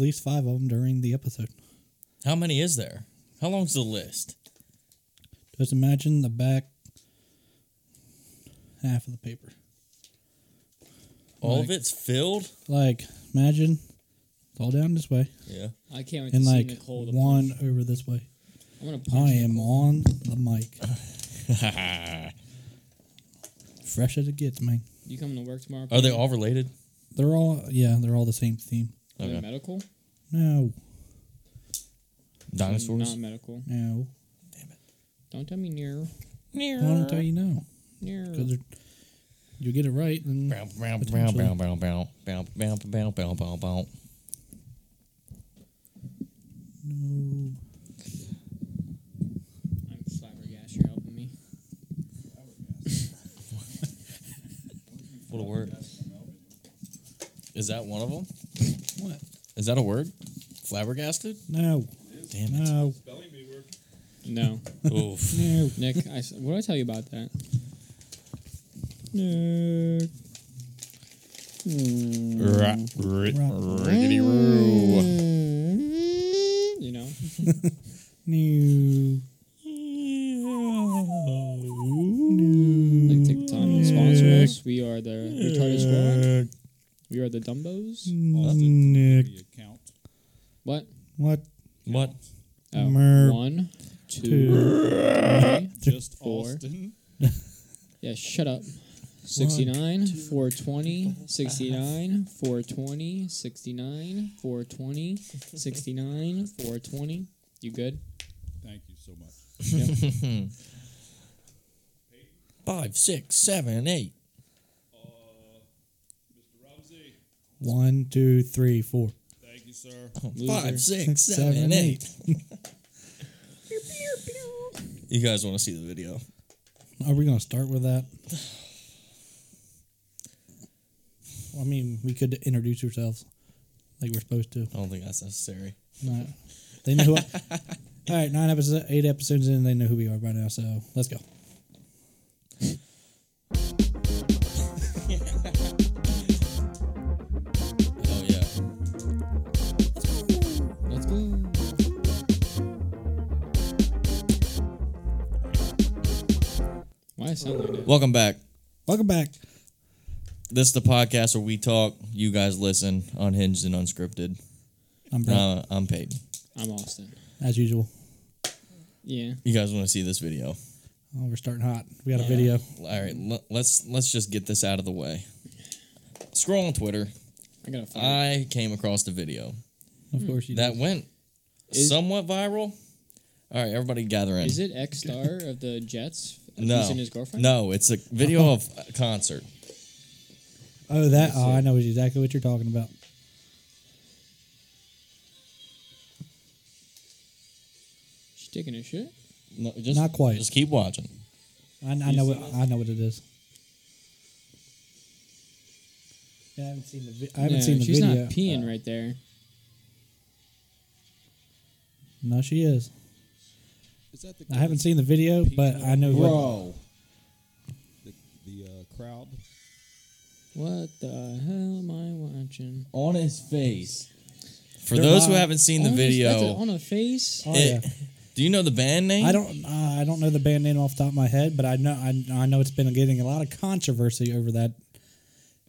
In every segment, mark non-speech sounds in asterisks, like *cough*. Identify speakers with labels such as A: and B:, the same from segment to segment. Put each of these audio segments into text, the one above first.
A: at least five of them during the episode.
B: How many is there? How long's the list?
A: Just imagine the back half of the paper.
B: All of
A: Like-
B: it's filled.
A: Like, imagine it's all down this way
B: Yeah.
C: I can't wait to
A: and
C: see
A: like
C: Nicole. To
A: one
C: punch.
A: over this way.
C: I'm gonna
A: I
C: punch
A: am
C: Nicole.
A: on the mic. Fresh as it gets, man.
C: You coming to work tomorrow?
B: Are they
C: Peyton?
B: all related?
A: They're all, yeah, they're all the same theme.
C: Are they
B: Okay.
C: medical?
A: No,
B: Dinosaurs.
C: Not medical.
A: no.
C: Don't tell me near.
A: I want to tell you no.
C: Near.
A: Because you get it right, then
B: Bow, bow, bow,
A: Potentially.
B: bow, bow, bow, bow, bow, bow, bow, bow, bow.
A: no.
C: I'm flabbergasted. You're helping me.
B: What a word. Is that one of them?
A: What?
B: Is that a word? Flabbergasted?
A: No,
B: Damn it.
A: no,
D: Spelling bee work.
C: No,
B: *laughs* Oof.
A: no.
C: Nick. I, s- what did I tell you about that? Nick.
A: Hmm.
B: Ra- ri- rickety-roo.
C: You know.
A: No.
C: Like take the time and sponsor us. We are the retarded squad. We are the Dumbos.
A: Nick.
D: The account.
C: What?
A: What?
B: What?
C: Oh,
A: Mer-
C: one, two, three.
D: Just
C: Four.
D: Austin.
C: Yeah, shut up. 69, 420, 69, 420, 69, 420, 69, 420. You good?
D: Thank you so much.
B: Five, six, seven, eight.
D: Mr. Ramsey,
A: One, two, three, four.
D: thank you, sir.
C: Loser.
B: Five, six, seven, eight. *laughs* You guys want to see the video?
A: Are we gonna start with that? I mean, we could introduce ourselves like we're supposed to.
B: I don't think that's necessary.
A: No. They know.
C: *laughs*
A: What, all right, nine episodes, eight episodes in, they know who we are by now. So let's go.
B: Oh, yeah.
C: Let's go. Why does it sound like that?
B: Welcome back.
A: Welcome back.
B: This is the podcast where we talk, you guys listen, unhinged and unscripted.
A: I'm Brett,
B: Uh, I'm Peyton.
C: I'm Austin.
A: as usual.
C: Yeah.
B: You guys want to see this video?
A: Oh, we're starting hot. We got a video.
B: All right, l- let's let's just get this out of the way. Scroll on Twitter.
C: I gotta find it.
B: I came across the video
A: Of course, you
B: that went
C: Is-
B: somewhat viral. All right, everybody gather in.
C: Is it X Star of the
A: *laughs*
C: Jets?
B: No,
C: He's and his girlfriend?
B: no, it's a video of a concert.
A: did. Oh, that. Oh, I know exactly what you're talking about.
C: She's taking a shit?
B: No, just,
A: Not quite.
B: Just keep watching.
A: I, I know what I know what it is. Yeah, I haven't seen the. Vi- I haven't
C: no,
A: seen the
C: she's
A: video.
C: not peeing right there.
A: No, she is.
D: Is that the
A: I haven't seen the video, but I know. What,
D: Bro. The, the uh, crowd.
C: What the hell am I watching?
B: On his face. For
A: They're
B: those who
A: live.
B: haven't seen the
C: On his- that's it,
B: video,
C: on a face.
A: oh
B: it-
A: yeah.
B: do you know the band name?
A: I don't. Uh, I don't know the band name off the top of my head, but I know. I, I know it's been getting a lot of controversy over that.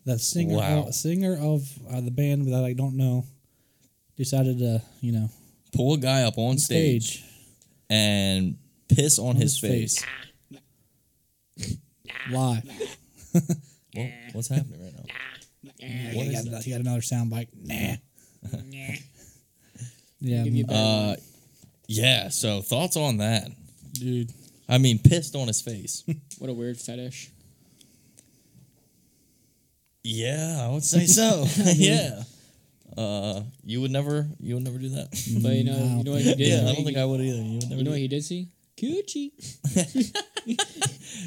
A: The singer,
B: Wow.
A: singer of uh, the band that I don't know, decided to you know
B: Pull a guy up on stage,
A: stage.
B: and piss on,
A: his
B: his, face.
A: face. live.
B: Well, what's happening right now? What
A: you,
B: is
A: got, *laughs*
B: that?
A: you got another sound bite. Nah. *laughs* yeah,
C: Give you a better
B: Uh,
C: one.
B: yeah. So thoughts on that?
A: dude.
B: I mean, pissed on his *laughs* face.
C: What a weird fetish.
B: yeah, *laughs* I would say so. yeah. Uh, you would never, you would never do that.
C: But you know, you know what he did?
B: Mm, Yeah, I don't think I would either. You would never.
C: You know
B: do
C: what
B: that.
C: he did see? Coochie.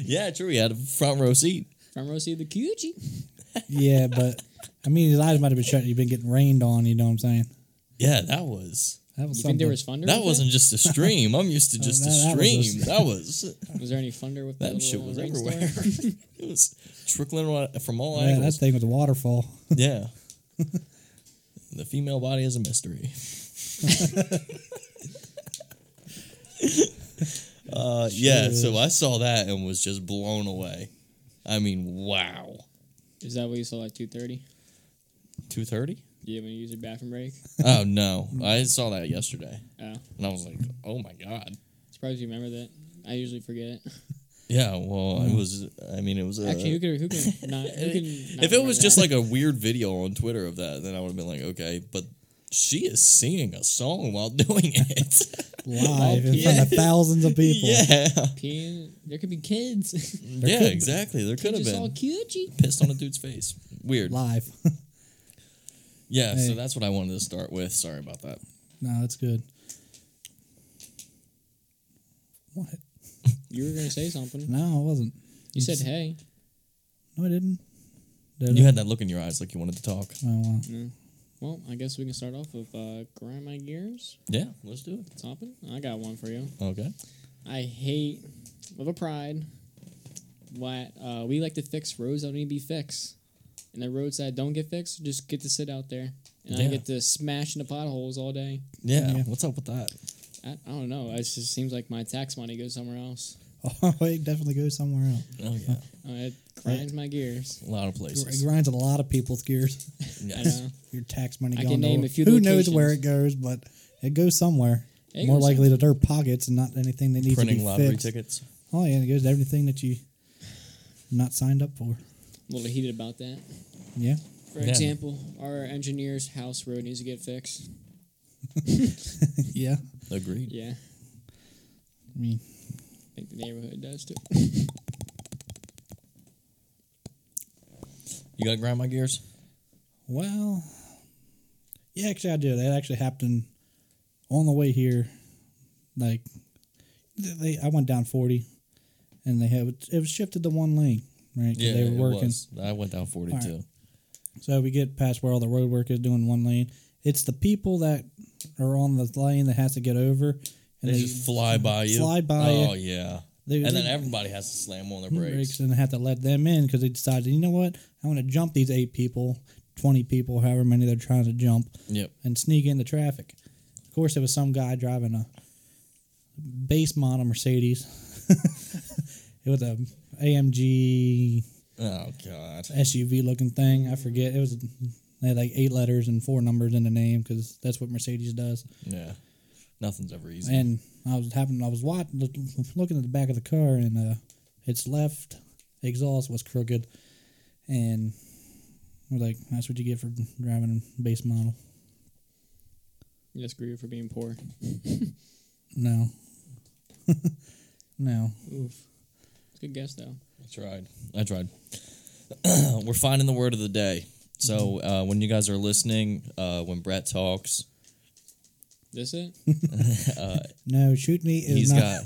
B: yeah, true. He had a front row seat.
C: Front row seat, the coochie.
A: Yeah, but I mean, his eyes might have been shut. You've been getting rained on. You know what I'm saying?
B: Yeah, that was.
A: That was
C: You
A: something.
C: think there was thunder?
B: That
C: with
B: wasn't just a stream. I'm *laughs* used to just
A: that-
B: a
A: that was
B: stream. *laughs*
A: just-
B: Uh, that was
C: It? Was there any thunder with
B: that
C: the
B: shit
C: little,
B: was
C: uh, rainstorm?
B: everywhere. *laughs* it was trickling around from all
A: yeah, that
B: angles.
A: thing was a waterfall.
B: Yeah. *laughs* The female body is a
C: *laughs*
B: mystery. uh, yeah, so I saw that and was just blown away. I mean, wow.
C: Is that what you saw at two thirty?
B: 230?
C: Yeah, when you use your bathroom break.
B: oh, no. I saw that yesterday.
C: Oh,
B: And I was like, oh my God.
C: surprised you remember that. I usually forget it.
B: Yeah, well, it was, I mean, it was. A,
C: Mm. Actually, who could who
B: *laughs*
C: could not? Who can
B: if it
C: not
B: was
C: remember
B: just
C: that?
B: like a weird video on Twitter of that, then I would have been like, okay, but she is singing a song while *laughs* doing it.
A: *laughs* Live in front of thousands of people.
B: yeah.
C: *laughs* peeing, there could be kids. *laughs*
B: yeah, exactly. There could have
C: just
B: been.
C: all cutesy.
B: *laughs* Pissed on a dude's face. Weird.
A: Live. *laughs*
B: Yeah, so
A: Hey.
B: that's what I wanted to start with. Sorry about that.
A: no, that's good. What?
C: You were gonna say something.
A: No, I wasn't.
C: You said hey.
A: No, I didn't. Did
B: You
A: I?
B: had that look in your eyes like you wanted to talk.
A: Oh, wow.
C: Well, I guess we can start off with uh, grind my gears.
B: Yeah, let's do it.
C: Topping. I got one for you.
B: Okay.
C: I hate with a pride. What uh, we like to fix roads that don't need to be fixed, and the roads that don't get fixed just get to sit out there, and I
B: Yeah.
C: get to smash into potholes all day.
B: Yeah,
A: Yeah.
B: what's up with that?
C: I, I don't know. It just seems like my tax money goes somewhere else.
A: *laughs* Oh, it definitely goes somewhere else.
B: Oh, yeah.
C: Uh, it grinds my gears.
B: A lot of
A: It
B: places.
A: grinds a lot of people's gears.
C: I
B: Yes.
C: know.
A: Your tax money
C: I
A: going
C: can name
A: to-
C: a few
A: Who knows where it
C: locations.
A: goes, but it goes somewhere.
C: It
A: More
C: goes
A: likely to their pockets and not anything that needs to
B: Printing
A: be
B: lottery
A: fixed.
B: tickets.
A: Oh, yeah, it goes to everything that you not signed up for.
C: I'm a little heated about that.
A: Yeah.
C: For
B: Yeah.
C: example, our engineer's house road needs to get fixed.
A: yeah.
B: Agreed.
C: Yeah, I
A: I mean,
C: think the neighborhood does too.
B: You got to grind my gears?
A: Well, yeah, actually, I do. That actually happened on the way here. Like, th- they, I went down forty, and they had it was shifted to one lane, right? 'cause they were working.
B: I went down 42.
A: All So we get past where all the road work is doing one lane. It's the people that are on the lane that has to get over, and
B: They, just fly by you.
A: fly by you.
B: Oh, yeah.
A: They-
B: and
A: they-
B: then everybody has to slam on their
A: breaks.
B: brakes.
A: and have to let them in because they decided, you know what, I want to jump these eight people, twenty people, however many they're trying to jump.
B: Yep.
A: and sneak into traffic. Of course, there was some guy driving a base model Mercedes. *laughs* it was a AMG
B: Oh, God.
A: SUV looking thing. I forget. It was they had like eight letters and four numbers in the name because that's what Mercedes does.
B: Yeah. Nothing's ever easy.
A: And I was happening. I was watching, look, looking at the back of the car, and uh, its left exhaust was crooked. And we're like, that's what you get for driving a base model.
C: You just grew for being poor.
A: No, *laughs* no.
C: Oof. It's a good guess though.
B: I tried. I tried. *clears throat* We're finding the word of the day. So uh, when you guys are listening, uh, when Brett talks,
C: This it?
A: No, shoot me is
B: he's
A: not.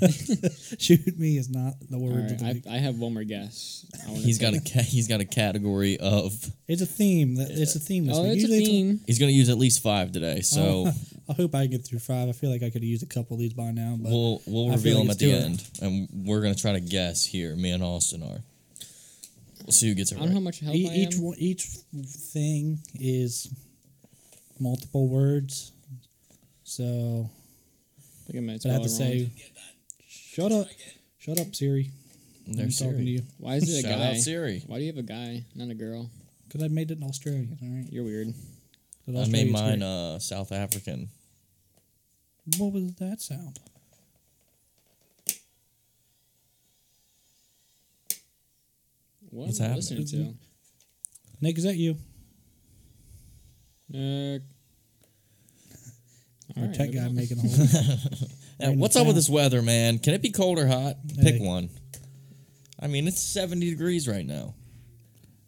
A: *laughs*
B: got
A: shoot me is not the
C: All
A: word. of
C: right.
A: the
C: I,
A: week.
C: I have one more guess. I wanna
B: he's got
C: take-
B: a ca- he's got a category of
A: it's a theme. That it's a theme. This
C: Oh,
A: week.
C: it's a
A: Usually
C: theme.
B: he's gonna use at least five today. So
A: I hope I get through five. I feel like I could have used a couple of these by now, but
B: *laughs* we'll we'll
A: Oh. I feel
B: reveal
A: like
B: them
A: it's
B: at the
A: doable.
B: end, and we're gonna try to guess here. Me and Austin are. We'll see who gets it
C: I don't know how
B: right.
C: much help
A: e-
C: I
A: each
C: am.
A: one, each thing is multiple words. So,
C: I think I might
A: but I have to
C: spell it wrong.
A: say, shut up, shut up, Siri.
B: They're
A: I'm talking to
B: Siri.
A: you
C: why is it a
B: Shout
C: guy?
B: out Siri.
C: Why do you have a guy, not a girl?
A: because I made it in Australian. All right,
C: You're weird.
A: But
B: I made
A: Australian's
B: mine
A: great.
B: uh, South African.
A: What was that sound?
C: What
B: What's
C: am I
B: happening?
C: listening to?
A: Nick, is that you?
C: Uh,
A: *laughs* Our
C: Alright,
A: tech
C: moving
A: guy
C: on.
A: making a whole.
B: Now,
A: Rain
B: what's
A: or
B: up with
A: cloud?
B: this weather, man? Can it be cold or hot? Pick
A: Hey.
B: one. I mean, it's 70 degrees right now.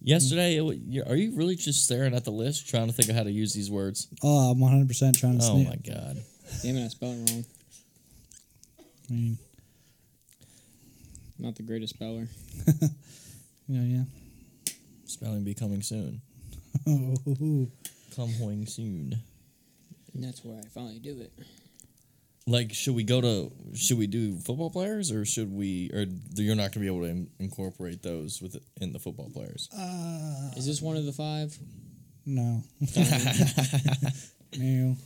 B: Yesterday, it, wa- you- are you really just staring at the list trying to think of how to use these words?
A: oh, I'm 100 percent trying to
B: Oh
A: sneak.
B: my god.
C: *laughs* Damn it, I spelled it wrong.
A: I mean,
C: I'm not the greatest speller.
A: yeah, yeah. *laughs*
B: Spelling be coming soon.
A: Oh, hoo, hoo.
B: Coming soon.
C: And that's where I finally do it.
B: Like, should we go to? Should we do football players, or should we? Or you're not gonna be able
A: Uh,
B: to in- incorporate those with in the football players?
C: Is this one of the five?
A: No. *laughs* no.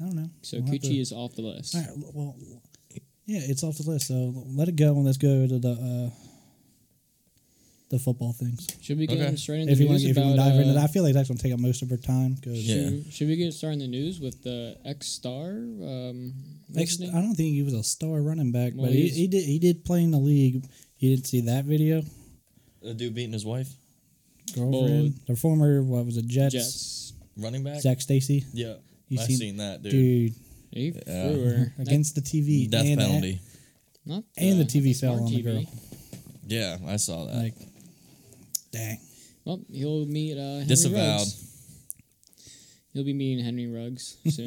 A: I don't know.
C: So
A: We'll have
C: Coochie
A: to-
C: is off the list.
A: All right, l- well, yeah, it's off the list, so let it go and let's go to the uh, the football things.
C: Should we get
B: Okay.
C: straight into
A: If
C: the
A: you want,
C: news
A: if you
C: about?
A: want to dive into
C: uh,
A: that, I feel like that's gonna take up most of our time. Cause
B: Yeah.
C: Should, should we get started in the news with the X Star? Um, what's
A: Ex-
C: his
A: I
C: name?
A: don't think he was a star running back,
C: Well,
A: but he,
C: he's-
A: he did he did play in the league. You didn't see that video,
B: The dude beating his wife,
A: girlfriend, the former what was it, Jets,
C: Jets.
B: running back.
A: Zach Stacy,
B: Yeah,
A: You
B: I
A: seen-
B: seen, that dude.
A: dude,
C: He
B: Yeah.
C: threw her.
A: against the TV,
B: Death
A: and,
B: penalty.
C: Not, not
A: and the
C: not
A: TV fell
C: smart
A: on the
C: TV.
A: girl.
B: Yeah, I saw that.
A: Like, dang,
C: Well, he'll meet uh, Henry
B: Disavowed.
C: Ruggs. He'll be meeting Henry Ruggs
A: *laughs*
C: soon.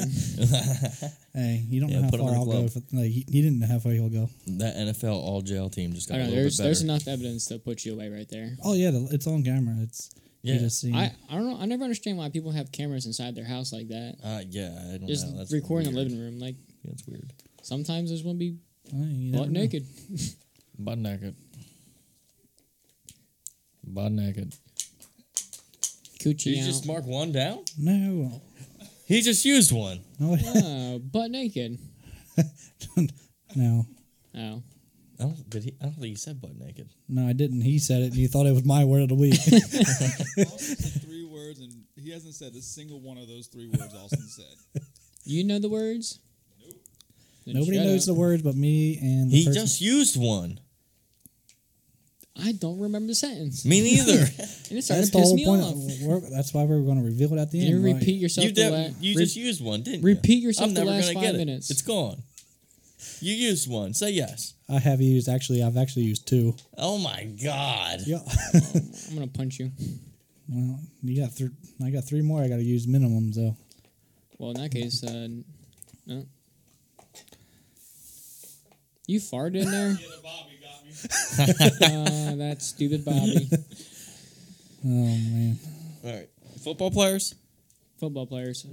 A: hey, you don't
B: Yeah,
A: know how
B: put him
A: far
B: in the
A: I'll go.
B: club.
A: For, like, he, he didn't know how far he'll go.
B: that NFL all jail team just got
C: I
B: a
C: don't know.
B: little
C: There's
B: bit better.
C: there's enough evidence to put you away right there.
A: Oh yeah, the, it's on camera. It's yeah.
B: Yeah.
A: just seen.
C: I, I don't know. I never understand why people have cameras inside their house like that.
B: uh, yeah, I don't
C: Just
B: know. That's
C: recording
B: weird.
C: the living room. Like
B: Yeah, That's weird.
C: sometimes there's one be
A: Well, Oh, you
C: butt
A: never know.
C: naked.
B: Butt naked. Butt naked.
C: Coochie
B: Did you
C: out. *laughs*
B: just mark one down?
A: No,
B: He just used one.
A: no, *laughs*
C: Ah, butt naked.
A: no,
C: Oh.
B: I don't, did he, I don't think he said butt naked.
A: no. I didn't. He said it, and you thought it was my word of the week.
D: Austin said three words, and he hasn't said a single one of those three words
C: *laughs*
D: Austin said.
C: You know the words? *laughs* Then
A: Nobody
C: shut
A: knows
C: up.
A: the words but me and the
B: He
A: person.
B: just used one.
C: I don't remember the sentence.
B: Me
C: *laughs*
B: neither.
C: And it started
A: that's the
C: to piss
A: whole
C: me
A: point.
C: off.
A: We're, that's why we're going to reveal it at the
C: Can
A: end.
C: you
A: right?
C: repeat yourself
B: you
C: the
B: did,
C: la-
B: you
C: re-
B: just used one, didn't you?
C: repeat yourself
B: I'm
C: the
B: never
C: last
B: gonna
C: five
B: get it.
C: minutes.
B: It's gone. You used one. Say yes.
A: I have used actually. I've actually used two.
B: Oh my god.
A: Yeah.
C: I'm gonna punch you.
A: *laughs* well, you got three. I got three more. I got to use minimum though.
C: Well, in that case, uh, no. You farted in
D: *laughs*
C: there?
D: Bobby got me.
C: *laughs* uh, that stupid Bobby.
A: Oh man.
B: All right. Football players.
C: Football players.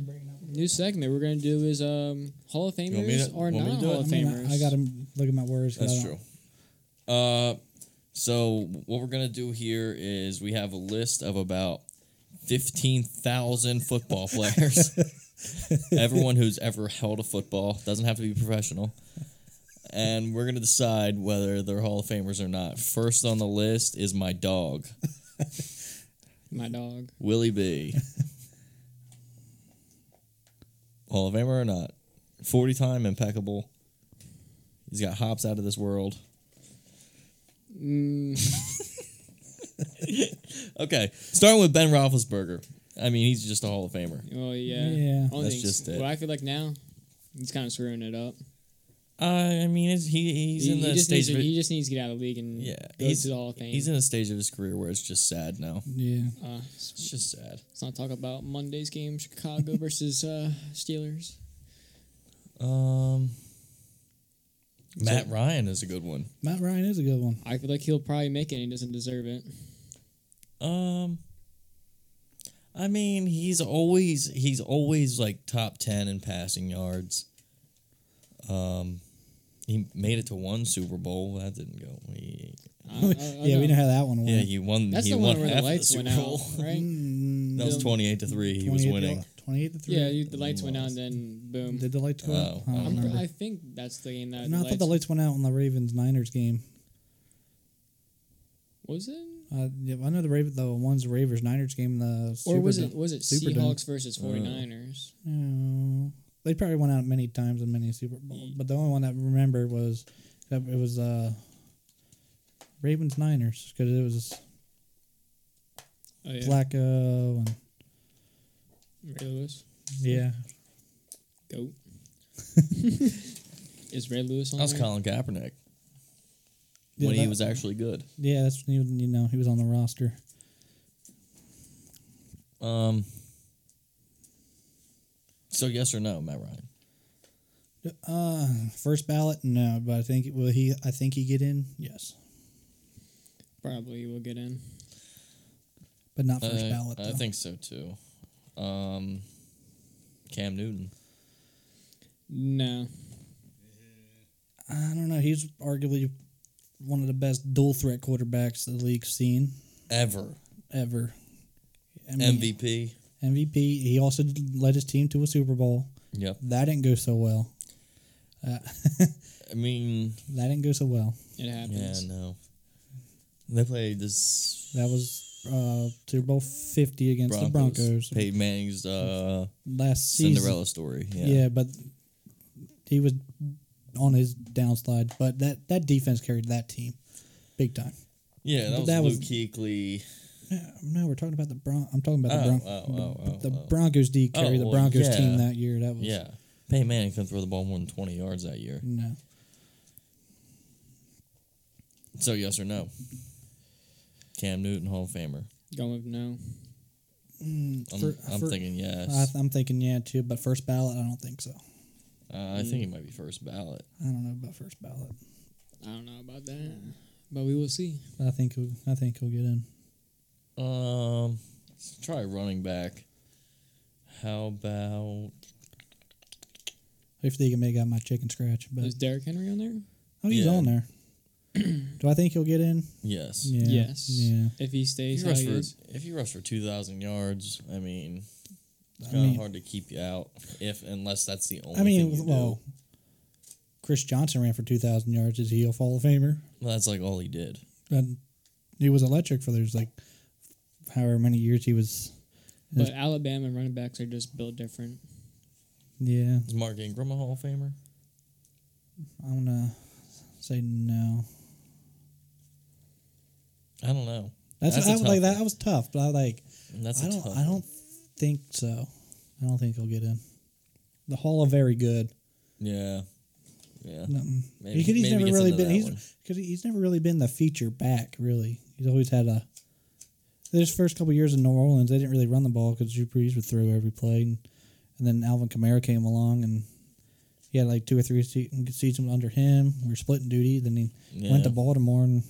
C: New segment we're gonna do is um, Hall of
B: want me
C: Famers
B: to-
C: or
B: want me to
C: non
B: do it?
C: Hall of
A: I, mean,
C: Famers.
A: I, got to look at my words. 'cause
B: That's
A: I don't-
B: true. Uh, so what we're gonna do here is we have a list of about fifteen thousand football players. Everyone who's ever held a football doesn't have to be professional, and we're gonna decide whether they're Hall of Famers or not. First on the list is my dog
C: my dog.
B: Willie B. Hall of Famer or not, forty time impeccable. He's got hops out of this world.
C: Mm, *laughs*
B: Okay, starting with Ben Roethlisberger. I mean, he's just a Hall of Famer.
C: well, Oh,
B: *laughs*
C: yeah.
A: Yeah.
C: Only
B: That's
C: thing-
B: just it.
C: What I feel like now, he's kind of screwing it up.
B: Uh, I mean, it's, he he's
C: he,
B: in
C: he
B: the
C: just
B: stage.
C: Needs
B: Of,
C: to, he
B: it-
C: just needs to get out of the league and
B: yeah,
C: go
B: he's
C: to the Hall of Fame.
B: he's in a stage of his career where it's just sad now.
A: Yeah.
C: uh,
B: It's just sad.
C: let's not talk about Monday's game, Chicago versus uh, Steelers.
B: Um, Matt Ryan is a good one.
A: Matt Ryan is a good one.
C: I feel like he'll probably make it. and He doesn't deserve it.
B: Um, I mean, he's always he's always like top ten in passing yards. Um, he made it to one Super Bowl. That didn't go. He,
A: *laughs*
C: I- I- I
A: yeah, we
C: know.
A: know how that one went.
B: yeah, he won.
C: That's
B: he
C: the
B: won
C: one where the
B: half of
C: lights
B: Super
C: went out,
B: Bowl.
C: right?
A: Mm,
B: That was
C: Bill-
B: twenty eight to three. He was
A: 28
B: winning.
A: Twenty-eight to *laughs* three.
C: Yeah, you, the lights went out
B: lost.
C: and then boom.
A: Did the lights go out?
B: Oh,
A: I don't
B: I
C: I'm, pr-
A: remember.
C: I think that's the game that
A: no, I
C: the
A: thought the lights
C: lights-
A: went out on the Ravens Niners game.
C: was it,
A: Uh, yeah, I know the Raven, the one's the Ravers Niners game. The
C: or
A: Super
C: was
A: Bowl-
C: it was it
A: Superdome.
C: Seahawks versus 49ers?
A: No. They probably went out many times in many Super Bowls, but the only one that I remember was that it was uh, Ravens Niners because it was
C: Oh yeah,
A: Flacco and
C: Ray Lewis,
A: yeah, *laughs*
C: goat. Is Ray Lewis on?
B: That was
C: there?
B: Colin Kaepernick
A: Yeah,
B: when he
A: that-
B: was actually good.
A: yeah. That's when he was, you know he was on the roster.
B: Um. So yes or no, Matt Ryan?
A: Uh, first ballot, no, but I think it, will he? I think he get in, yes,
C: Probably will get in.
A: but not first
B: I-
A: ballot.
B: Uh, I
A: though.
B: think so too. Um, Cam Newton.
C: No,
A: I don't know. He's arguably one of the best dual threat quarterbacks the league's seen
B: Ever.
A: ever. I mean,
B: MVP.
A: MVP. He also led his team to a Super Bowl.
B: Yep.
A: That didn't go so well. *laughs*
B: I mean,
A: That didn't go so well.
C: It
B: yeah,
C: happens.
B: no. They played this
A: That was uh, Super Bowl 50 against
B: Broncos.
A: the Broncos
B: Peyton Manning's uh,
A: last season.
B: Cinderella story. Yeah.
A: Yeah. but he was on his downslide. But that, that defense carried that team big time.
B: Yeah, that
A: But
B: was
A: that was-
B: Luke Kuechly.
A: Yeah, No, we're talking about the Bron. I'm talking about the
B: Oh,
A: Bron-
B: oh, oh, oh,
A: the
B: oh.
A: Broncos D carry
B: Oh,
A: the
B: well,
A: Broncos
B: yeah.
A: team that year. That was
B: Yeah. Peyton Manning couldn't throw the ball more than 20 yards that year.
A: no.
B: So, yes or no? Cam Newton, Hall of Famer.
C: Going with no.
A: Mm,
B: I'm,
A: for-
B: I'm
A: for-
B: thinking yes.
A: I, I'm thinking yeah too, but first ballot I don't think so.
B: uh, I think he might be first ballot.
A: I don't know about first ballot.
C: I don't know about that, but we will see.
A: I think he'll, I think he'll get in.
B: Um, let's try running back. How about
A: Hopefully he can make out my chicken scratch. But
C: Is Derrick Henry on there?
A: oh, he's
B: Yeah.
A: on there. Do I think he'll get in?
B: yes?
A: Yeah.
C: Yes.
A: Yeah.
C: If he
B: If
C: stays,
B: you
C: how
B: rush
C: he
B: for
C: is.
B: if you rush for two thousand yards, I mean, it's
A: I
B: kind of
A: mean-
B: hard to keep you out if unless that's the only.
A: I
B: thing
A: mean,
B: you
A: well, Chris Johnson ran for two thousand yards. Is he a Hall of Famer?
B: do. Well, that's like all he did.
A: And he was electric for those like however many years he was.
C: But Alabama running backs are just built different.
A: Yeah,
B: Is Mark Ingram a Hall of Famer?
A: I'm gonna say no.
B: I don't know.
A: That's,
B: That's a
A: I was
B: tough
A: like that.
B: one.
A: I was tough, but I like.
B: That's
A: I
B: a
A: don't.
B: tough.
A: I don't think so. I don't think he'll get in. The Hall of Very
B: *laughs*
A: Good.
B: Yeah, yeah.
A: Mm-mm.
B: Maybe-
A: he could, he's
B: maybe
A: never
B: gets
A: really
B: into
A: been.
B: that
A: He's
B: one.
A: because he's never really been the feature back. Really, he's always had a. His first couple years in New Orleans, they didn't really run the ball because Drew Brees would throw every play, and, and then Alvin Kamara came along and he had like two or three se- seasons under him. We were splitting duty. Then he
B: Yeah.
A: went to Baltimore and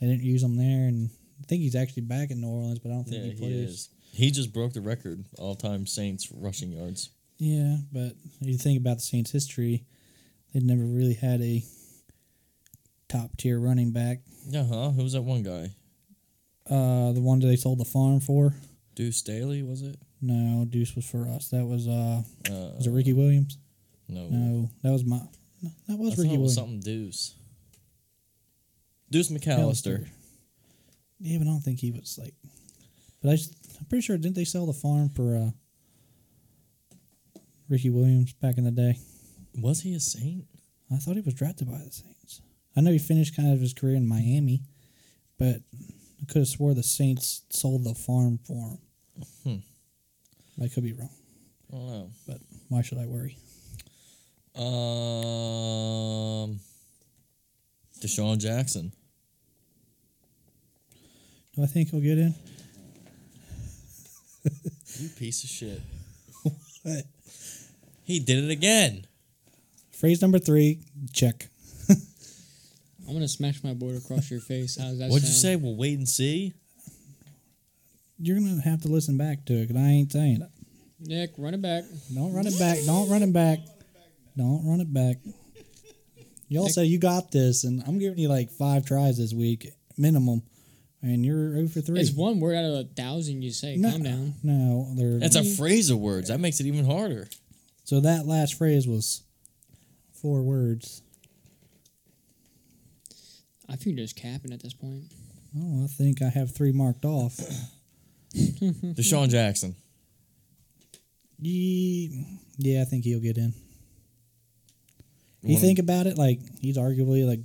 A: they didn't use him there. And I think he's actually back in New Orleans, but I don't
B: Yeah,
A: think he
B: he
A: plays.
B: is. He just broke the record all time Saints rushing yards.
A: Yeah, but you think about the Saints' history, they've never really had a top tier running back.
B: Yeah, huh? Who was that one guy?
A: Uh, the one that they sold the farm for.
B: Deuce Staley was it?
A: No, Deuce was for us. That was uh,
B: Uh, oh.
A: was it Ricky Williams?
B: no,
A: No, that was my. no, That
B: I
A: was
B: thought
A: Ricky
B: it
A: Williams.
B: was something Deuce. Deuce
A: Alistair.
B: McAllister.
A: Yeah, but I don't think he was like. But I, just- I'm pretty sure didn't they sell the farm for uh, Ricky Williams back in the day?
B: Was he a Saint?
A: I thought he was drafted by the Saints. I know he finished kind of his career in Miami, but I could have swore the Saints sold the farm for him. I could be wrong,
B: I don't know.
A: but why should I worry?
B: Um, Deshaun Jackson.
A: Do I think he'll get in?
B: You piece
A: *laughs*
B: of shit.
A: Uh,
B: He did it again.
A: Phrase number three, check.
C: I'm gonna smash my board across your face. How does that
B: What'd you say?
C: sound?
B: We'll wait and see.
A: You're gonna have to listen back to it because I ain't saying it.
C: Nick, run it back.
A: Don't run it back. Don't run it back. Don't run it back. Y'all say you got this, and I'm giving you like five tries this week minimum, and you're over three.
C: It's one word out of a thousand you say.
A: No,
C: Calm down.
A: No, they're
B: That's a phrase of words. That makes it even harder.
A: So that last phrase was four words.
C: I think you're just capping at this point.
A: Oh, I think I have three marked off. Mm-hmm.
B: Deshaun Jackson.
A: Ye- Yeah, I think he'll get in. You
B: One of-
A: think about it, like he's arguably like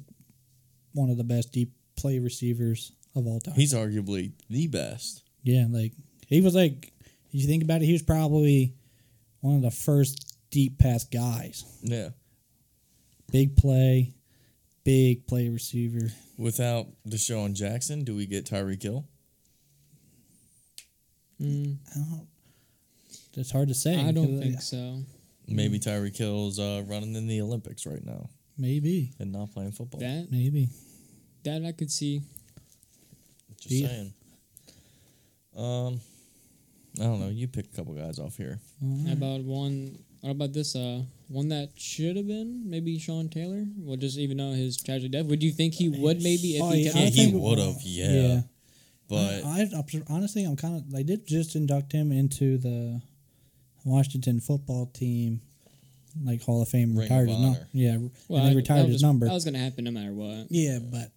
A: one of the best deep play receivers of all time.
B: He's arguably the best.
A: yeah, like he was like if you think about it, he was probably one of the first deep pass guys.
B: Yeah.
A: Big play, big play receiver.
B: Without Deshaun Jackson, do we get Tyreek Hill?
C: Mm,
A: I don't, it's hard to say.
C: I don't
A: 'cause,
C: think
A: like,
C: so.
B: Maybe
A: Mm-hmm.
B: Tyreek Hill's uh, running in the Olympics right now
A: Maybe,
B: and not playing football.
C: That
A: maybe.
C: that I could see.
B: Just
A: Yeah.
B: saying. Um, I don't know. You pick a couple guys off here.
C: How about one? What about this? Uh, one that should have been maybe Sean Taylor. Well, just even though his tragic death, would you think he would maybe if
A: Oh,
C: he
A: yeah,
C: kept
A: I
B: Yeah,
C: it?
B: he
A: think-
B: would have. Yeah. But
A: I, I honestly, I'm kind of. They did just induct him into the Washington football team, like Hall of Fame.
B: Ring
A: retired
B: of
A: his num-
B: Honor.
A: Yeah, and
C: Well, I-
A: they retired
C: that
A: his
C: was-
A: number.
C: That was going to happen no matter what.
A: yeah, but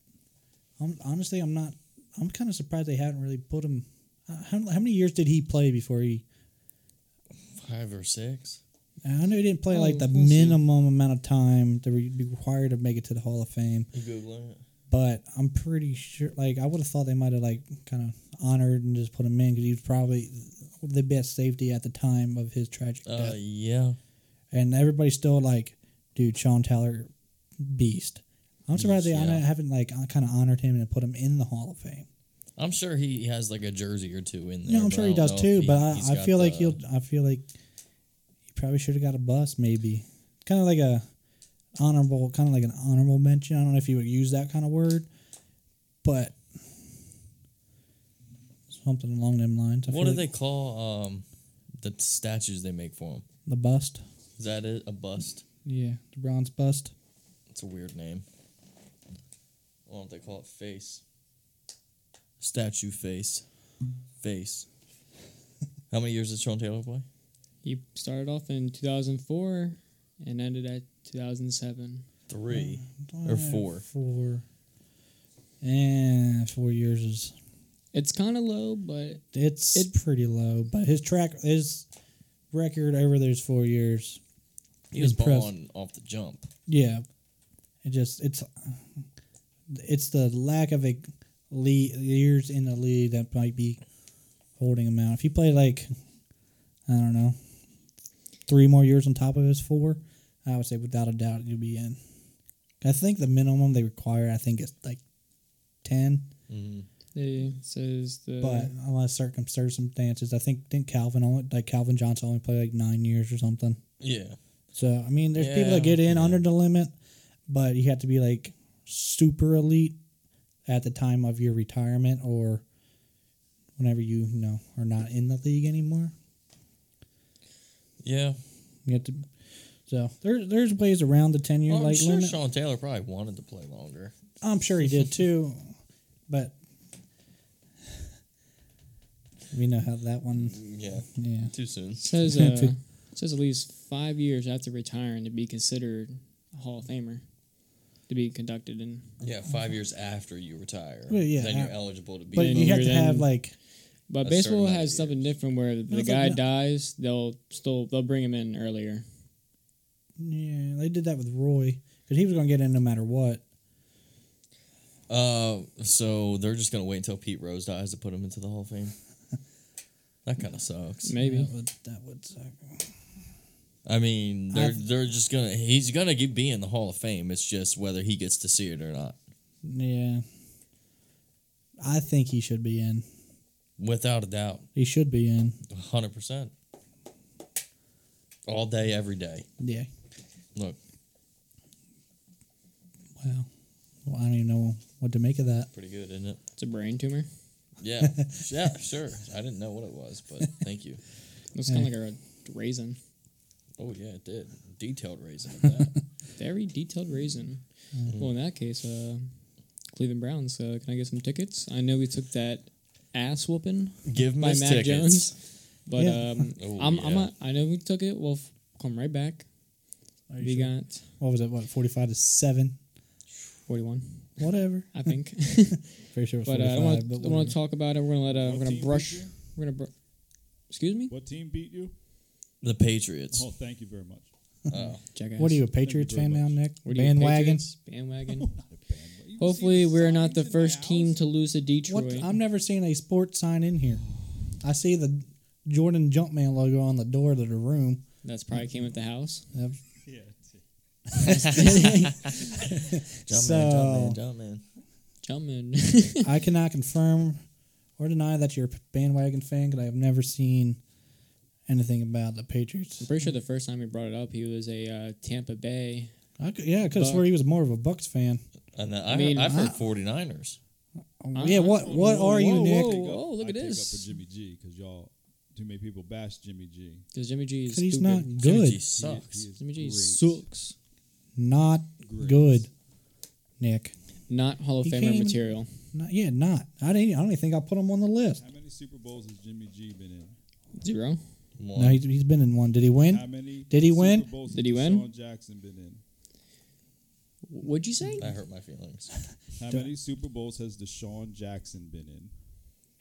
A: I'm, honestly, I'm not. I'm kind of surprised they haven't really put him. uh, How, how many years did he play before he?
B: five or six.
A: I know he didn't play
C: Oh,
A: like the
C: we'll see.
A: minimum amount of time that would be required to make it to the Hall of Fame.
B: You googling it?
A: but I'm pretty sure. Like I would have thought they might have like kind of honored and just put him in because he was probably the best safety at the time of his tragic
B: Uh,
A: death.
B: yeah.
A: And everybody's still like, dude, Sean Taylor, beast. I'm surprised they
B: Yeah.
A: honor- haven't like kind of honored him and put him in the Hall of Fame.
B: I'm sure he has like a jersey or two in there.
A: no, I'm
B: but
A: sure
B: I
A: he
B: don't
A: does
B: know
A: too.
B: if he-
A: but I,
B: he's
A: I
B: got
A: feel like
B: the-
A: he'll. I feel like he probably should have got a bus. Maybe kind of like a honorable, kind of like an honorable mention. I don't know if you would use that kind of word, but something along them lines. I
B: What do
A: feel
B: they
A: like
B: call um the statues they make for him?
A: The bust.
B: Is that it? A bust?
A: Yeah, the bronze bust.
B: It's a weird name. Why don't they call it face? Statue face. Face. How many years did Sean Taylor play?
C: He started off in 2004 and ended at 2007.
B: Three. Or four.
A: Four. And four years is
C: It's kind of low, but
A: it's
C: It-
A: pretty low, but his track his record over those four years
B: He was
A: Impressive.
B: balling off the jump.
A: Yeah, it just it's it's the lack of a lead, years in the league that might be holding him out. If he played like I don't know three more years on top of his four, I would say without a doubt he'll be in. I think the minimum they require, I think, is like ten.
B: Mhm.
C: they says the
A: But unless circumstances, I think didn't Calvin only like Calvin Johnson only played like nine years or something.
B: Yeah.
A: So I mean, there's people that
B: Yeah,
A: get in
B: yeah.
A: under the limit, but you have to be like super elite at the time of your retirement or whenever you, you know are not in the league anymore.
B: Yeah.
A: You have to. So there's there's ways around the ten year
B: Well, Oh, I'm
A: like
B: sure
A: limit.
B: Sean Taylor probably wanted to play longer.
A: I'm sure he
B: *laughs*
A: did too, but we know how that one.
B: Yeah.
A: Yeah,
B: Too
A: *laughs*
B: soon.
C: says uh,
A: Too-
C: says at least five years after retiring to be considered a Hall of Famer to be conducted in.
B: Yeah, five years after you retire.
A: Well, yeah,
B: Then
A: I-
B: you're eligible to be.
A: but
C: then
A: you have
C: you're
A: to have
C: then-
A: like
C: But
B: A certain
C: baseball
B: amount of
C: has something different where the
A: it's like
C: guy
A: no-
C: dies, they'll still they'll bring him in earlier.
A: yeah they did that with Roy because he was gonna get in no matter what.
B: Uh, so they're just gonna wait until Pete Rose dies to put him into the Hall of Fame. That kind of sucks.
C: Maybe
A: that would, that would suck.
B: I mean, they're
A: I've-
B: they're just gonna he's gonna get, be in the Hall of Fame. It's just whether he gets to see it or not.
A: Yeah. I think he should be in.
B: Without a doubt,
A: He should be in.
B: hundred percent. All day, every day.
A: Yeah.
B: Look,
A: Wow. Well, I don't even know what to make of that.
B: pretty good, isn't it?
C: it's a brain tumor.
B: Yeah, yeah, sure. I didn't know what it was, but thank you.
C: Looks kind of like a raisin,
B: Oh yeah, it did. Detailed raising of that.
C: very detailed raisin.
A: Mm-hmm.
C: Well, in that case, uh, Cleveland Browns. Uh, can I get some tickets? I know we took that ass whooping
B: Give me
C: by Matt
B: tickets.
C: Jones, *laughs* but
A: Yeah.
C: um,
B: *laughs* Oh,
C: I'm, I'm
B: yeah.
C: a, I know we took it. We'll f- come right back. We got
A: What was it? What, 45 to 7?
C: 41,
A: Whatever. *laughs*
C: I think.
A: Pretty sure it was
C: but uh,
A: 45.
C: I want to
A: but
C: I want to talk about it. We're gonna let uh,
D: What
C: we're gonna
D: team
C: brush.
D: beat you?
C: We're gonna. Br- Excuse me.
D: What team beat you?
B: The Patriots.
D: Oh, thank you very much.
B: Oh.
C: Jackass.
A: what are you, a Patriots
D: very
A: fan now,
D: much.
A: Nick?
C: What are you,
A: Bandwagon?
C: Patriots?
B: *laughs*
C: Bandwagon.
D: You
C: Hopefully,
D: see the
C: we're not
D: signs
C: the
D: in my
C: first team
D: house?
C: to lose to
A: What?
C: Detroit.
A: I've never seen a sports sign in here. I see the Jordan Jumpman logo on the door to the
C: *laughs*
A: room. *laughs*
C: That's probably came with the house.
A: That's-
D: *laughs* Yeah, it's-
B: Jump
A: So-
B: man, jump man, jump man.
A: *laughs*
C: Gentlemen.
A: I cannot confirm or deny that you're a bandwagon fan because I've never seen anything about the Patriots.
C: I'm pretty sure the first time he brought it up, he was a uh, Tampa Bay.
A: I could, yeah, I could have
C: Buck.
A: swore he was more of a Bucks fan.
B: And I, I
C: I mean,
B: have heard
A: I-
B: 49ers.
C: Uh,
A: yeah, what what
C: whoa,
A: are you,
C: whoa,
A: Nick?
C: whoa.
D: Take up-
C: Oh, look
D: I
C: at
D: take
C: this.
D: up for Jimmy G because y'all too many people bash Jimmy G.
C: Because Jimmy G is
A: 'Cause he's
C: stupid.
A: not
B: Jimmy
A: good.
B: G sucks.
D: He is
C: Jimmy G
D: great.
C: sucks.
A: Not
D: Great.
A: good, Nick.
C: Not Hall of
A: He
C: Famer
A: came-
C: material.
A: Not yet, not. I didn't. I don't even think I put him on the list.
D: How many Super Bowls has Jimmy G been in?
C: Zero.
A: No, he, he's been in one. Did he
D: How
A: win?
D: many?
A: Did he
D: Super
A: win?
D: Bowls
C: Did
D: has
C: he win?
D: Sean Jackson been in?
C: What'd you say?
B: That hurt my feelings.
D: How
A: Don't-
D: many Super Bowls has Deshaun Jackson been
A: *laughs*
D: in?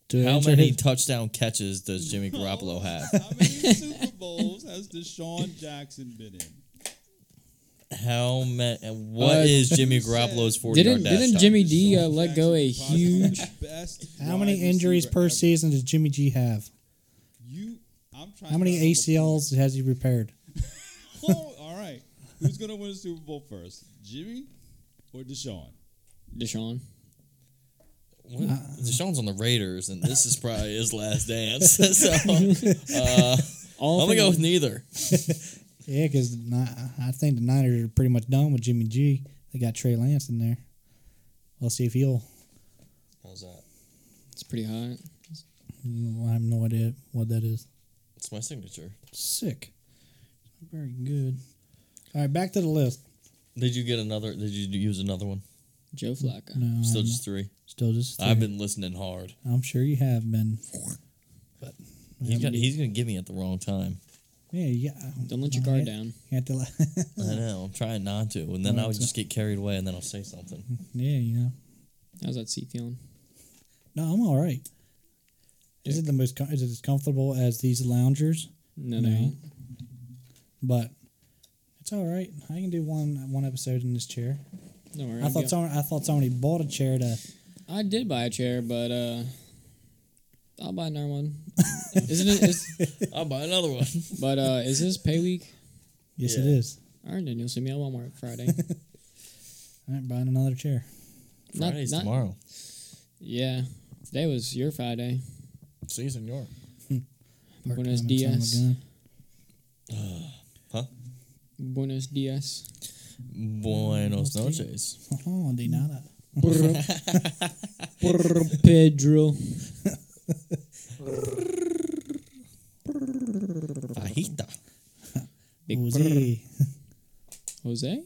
A: To
B: How
A: answer
B: many
A: his-
B: touchdown catches does Jimmy Garoppolo have?
D: How many Super Bowls has Deshaun Jackson been in?
B: How many? What
C: Uh,
B: is Jimmy
C: *laughs*
D: you said-
B: Garoppolo's forty yard
C: Didn't
B: dash?
C: didn't
B: time?
C: Jimmy D uh,
D: Deshaun
C: let go a
D: Jackson is possibly
C: huge?
D: the best
A: how
D: wide
A: many injuries
D: receiver
A: per
D: ever.
A: season does Jimmy G have?
D: You, I'm trying.
A: How
D: to
A: many
D: come up with-
A: ACLs has he repaired?
D: Oh, all right. Who's gonna win the Super Bowl first, Jimmy or Deshaun?
C: Deshaun.
B: What?
C: Uh.
B: Deshaun's on the Raiders, and this is probably his last
C: *laughs*
B: dance. so uh, I'm
C: All
B: gonna go
C: things-
B: with neither.
A: Yeah, because I think the Niners are pretty much done with Jimmy G. They got Trey Lance in there. We'll see if he'll.
B: How's that?
C: It's pretty hot.
A: I have no idea what that is.
B: It's my signature.
A: Sick. Very good. All right, back to the list.
B: Did you get another? Did you use another one?
C: Joe Flacco.
A: Mm, No,
B: Still
A: I'm-
B: just 3
A: still just.
B: I've
A: three.
B: been listening hard.
A: I'm sure you have been.
B: He's got. He's gonna give me at the wrong time.
A: Yeah, yeah.
C: Don't let your guard down.
A: You have to. li- *laughs*
C: Uh.
B: I know. I'm trying not to, and then I'll just get carried away, and then I'll say something.
A: yeah, you know.
C: How's that seat feeling?
A: No, I'm all right. Is it the most? Com- is it as comfortable as these loungers?
C: No, no.
A: No.
C: ain't.
A: But it's all right. I can do one one episode in this chair.
C: Don't worry.
A: I
C: I'm
A: thought
C: go-
A: someone, I thought somebody bought a chair to.
C: I did buy a chair, but uh, I'll buy another one.
A: *laughs*
C: Isn't it? Is,
B: I'll buy another one. *laughs*
C: but uh, is this pay week?
A: Yes, it
B: Yeah.
A: is.
C: All right, then you'll see me at Walmart
A: *laughs*
C: Friday.
A: All right, buying another chair.
C: Not-
B: Friday's
C: not-
B: tomorrow.
C: Yeah, today was your Friday.
B: Season York.
A: Part-time and
C: Buenos
A: son of a
C: dias.
A: gun. *laughs* *laughs*
C: Buenos dias.
B: Buenos
A: Buenos
B: noches.
A: Oh, de nada.
C: Brr, Pedro.
B: Fajita.
C: Big brr.
A: Jose.
C: Jose?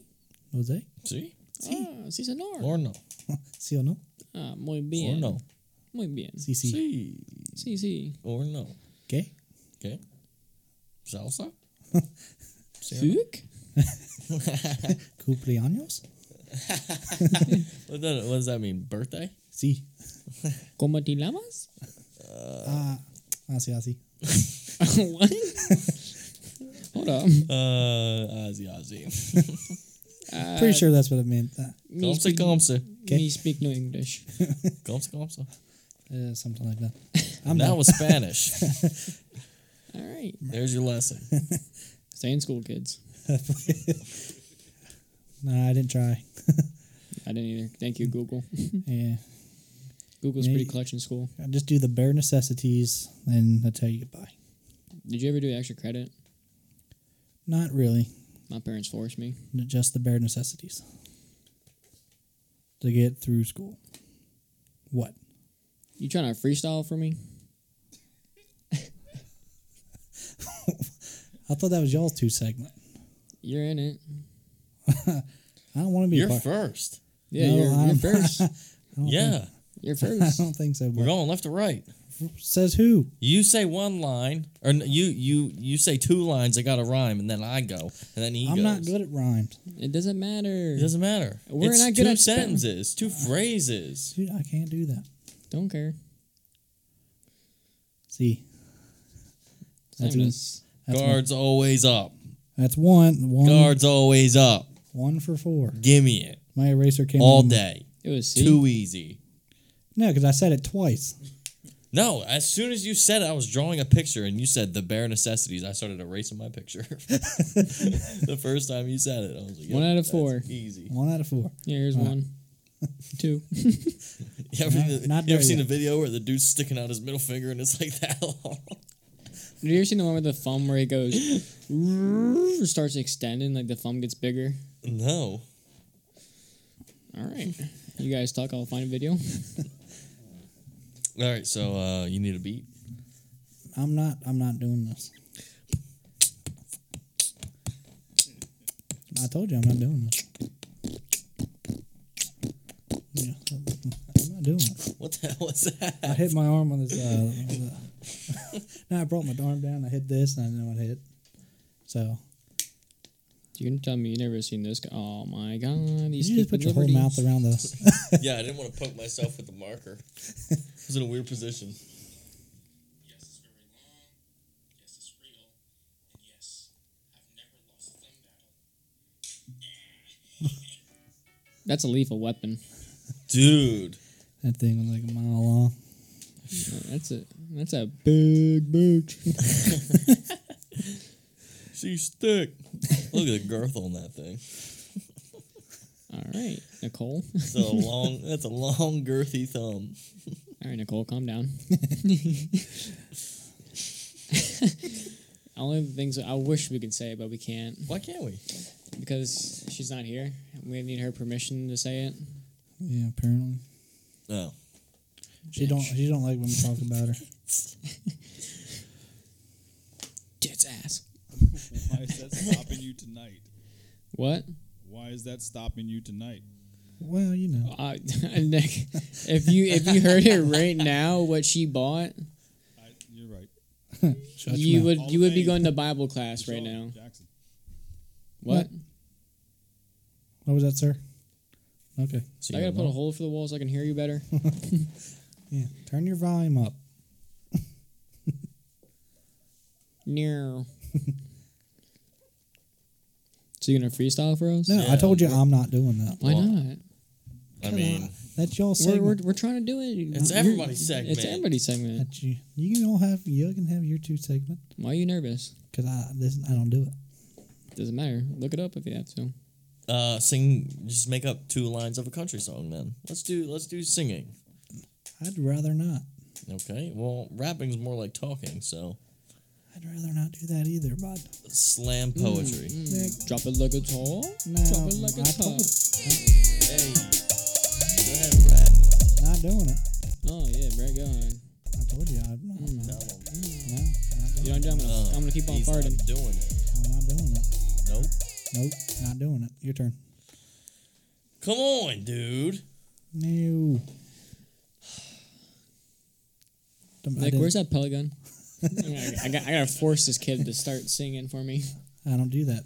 A: Jose.
B: See?
C: Ah, sí, señor.
B: Or no.
A: Sí o no?
C: Ah, muy
B: Or
C: bien.
B: no.
C: Muy bien.
A: Sí, sí.
B: See.
C: Sí, sí.
B: Or no.
A: Okay.
B: Okay. Salsa? Sarah?
C: Fuck?
A: Cumpleaños.
B: What, that, what does that mean? Birthday?
A: Sí.
C: ¿Cómo te
A: *laughs*
C: llamas?
A: Ah, ah, sí, ah, sí.
C: what? Hold up.
B: Uh, Ozzy Ozzy.
C: Uh,
A: Pretty sure that's what it meant. Uh,
C: Me
B: Comsa,
C: speak,
B: comsa.
C: me speak no English.
B: Comsa, comsa.
A: uh, something like that. I'm
B: And that
A: done.
B: was Spanish. *laughs*
C: All right.
B: There's your lesson.
C: Stay in school, kids.
A: Nah, I didn't try.
C: I didn't either. Thank you, Google.
A: Yeah.
C: Google's
A: Yeah,
C: pretty
A: you-
C: clutch in school.
A: I just do the bare necessities, and that's how you get by.
C: Did you ever do extra credit?
A: Not really.
C: My parents forced me.
A: n- Just the bare necessities to get through school. What?
C: You trying to freestyle for me?
A: I thought that was y'all's two segment.
C: You're in it.
A: I don't want to be a
B: You're
A: part.
B: first.
C: Yeah,
A: No,
C: you're, you're
A: I'm- *laughs*
C: first.
A: I don't
B: Yeah.
A: think-
C: You're
A: *laughs*
C: first.
A: I don't think so.
B: We're
A: But
B: going left to right.
A: says who?
B: You say one line, or n- you you you say two lines. I got to rhyme, and then I go, and then he
A: I'm
B: goes.
A: not good at rhymes.
C: It doesn't matter.
B: It doesn't matter.
C: We're
B: it's
C: not good
B: two
C: at spelling.
B: sentences, two phrases.
A: Dude, I can't do that.
C: Don't care.
A: See,
C: Same
A: That's what-
C: as-
A: that's one.
B: Guards always up.
A: That's one. One.
B: Guards always up.
A: One for four.
B: Give me it
A: My eraser came
B: all
A: in-
B: day.
C: it was C.
B: Too easy.
A: No, because I said it twice.
B: No, as soon as you said it, I was drawing a picture, and you said the bare necessities. I started erasing my picture. *laughs* the first time you said it, I was like,
C: One
B: yep,
C: out of
B: that's
C: four.
B: Easy.
A: One out of four.
C: Yeah, here's one.
A: *laughs*
C: Two.
B: You ever,
A: Not-
B: you
A: not
B: ever
A: there
B: seen
A: yet.
B: a video where the dude's sticking out his middle finger and it's like that long? *laughs*
C: Have you ever seen the one with the thumb where it goes, *laughs* it starts extending, like the thumb gets bigger?
B: No.
C: All right. You guys talk, I'll find a video.
B: All right, so uh, you need a beat.
A: I'm not. I'm not doing this. I told you I'm not doing this. Yeah, I'm not doing.
B: What the *laughs* hell is
A: I
B: that?
A: hit my arm on this. Uh, *laughs* now I brought my arm down. I hit this, and I didn't know what hit. So
C: You're gonna tell me you never seen this guy? Oh my god!
A: did
C: He's
A: you just put your whole mouth around the? *laughs*
B: yeah, I didn't want to poke myself with the *laughs* marker. I was in a weird position.
E: Yes, it's very long. Yes, it's real. And yes, I've never lost a thumb battle.
C: That's a lethal weapon.
B: Dude.
A: That thing was like a mile long.
C: That's a that's a big bitch.
B: She's thick. Look at the girth on that thing.
C: All right, Nicole.
B: It's *laughs* a long that's a long girthy thumb.
C: All right, Nicole,
A: *laughs*
C: calm down. Only the things I wish we could say, but we can't
B: Why can't we?
C: because she's not here. We need her permission to say it.
A: Yeah, apparently
B: Oh.
A: she don't. She don't like when we talk about her.
C: Tits ass.
D: Why is that stopping you tonight?
C: What?
D: Why is that stopping you tonight?
A: Well, you know.
C: Uh, *laughs* Nick, if you if you heard it right now, what she bought,
D: I, you're right.
A: Shut
C: you
A: your mouth.
C: would
D: All
C: you would be
D: day.
C: going to Bible class
D: It's all
C: right now.
D: Jackson.
C: What?
A: What was that, sir? Okay.
B: So
C: I gotta
B: don't
C: put
B: know?
C: a hole for the wall so I can hear
A: *laughs*
C: you better.
A: Yeah. Turn your volume up.
C: no. so you gonna freestyle for us?
A: No, I
B: Yeah,
A: told you
B: we're-
A: I'm not doing that.
C: Why
B: Well,
C: not?
B: I mean
A: That's y'all
C: We're,
A: segment.
C: we're, we're trying to do it.
B: It's
C: You're-
B: everybody's segment.
C: It's everybody's segment.
A: That you you can all have you can have your two segment
C: Why are you nervous?
A: because I this I don't do it.
C: Doesn't matter. Look it up if you have to.
B: uh sing just make up two lines of a country song then. Let's do let's do singing.
A: I'd rather not.
B: Okay. Well rapping's more like talking, so
A: I'd rather not do that either, bud.
B: slam
C: Mm,
B: poetry.
A: Nick,
C: Drop it like it's hot.
A: no,
C: Drop it like
A: I
C: it's
A: told
C: hot.
B: Hey. Go ahead, rap.
A: not doing it.
C: Oh yeah, Brett, go on.
A: I told you I'm not.
C: Mm.
B: Tell 'em.
A: No, not
C: You
A: doing,
C: don't do. I'm gonna,
B: Uh,
C: I'm gonna keep on
B: he's not
C: farting.
B: doing it.
A: I'm not doing it.
B: Nope.
A: Nope, not doing it. Your turn.
B: Come on, dude.
A: No. Don't- I
C: Nick,
A: did-
C: where's that
A: *laughs*
C: pellet gun? I, got, I gotta force this kid to start singing for me.
A: I don't do that.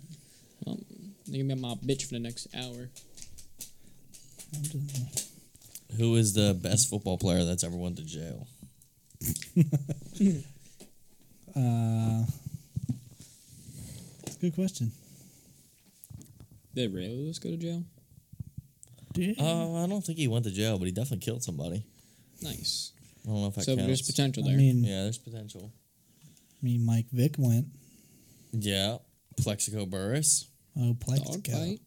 C: They're gonna be my bitch for the next hour.
A: I'm just,
B: Who is the best football player that's ever went to jail?
A: uh, it's a good question.
C: Did Ray Lewis go to jail?
B: Uh, I don't think he went to jail, but he definitely killed somebody.
C: Nice.
B: I don't know if that
C: So there's
B: counts.
C: potential
A: I
C: there.
A: mean,
B: yeah, there's potential.
A: me and Mike Vick went.
B: Yeah, Plexico Burris,
A: Oh,
C: Dog
A: Plexico.
C: fight.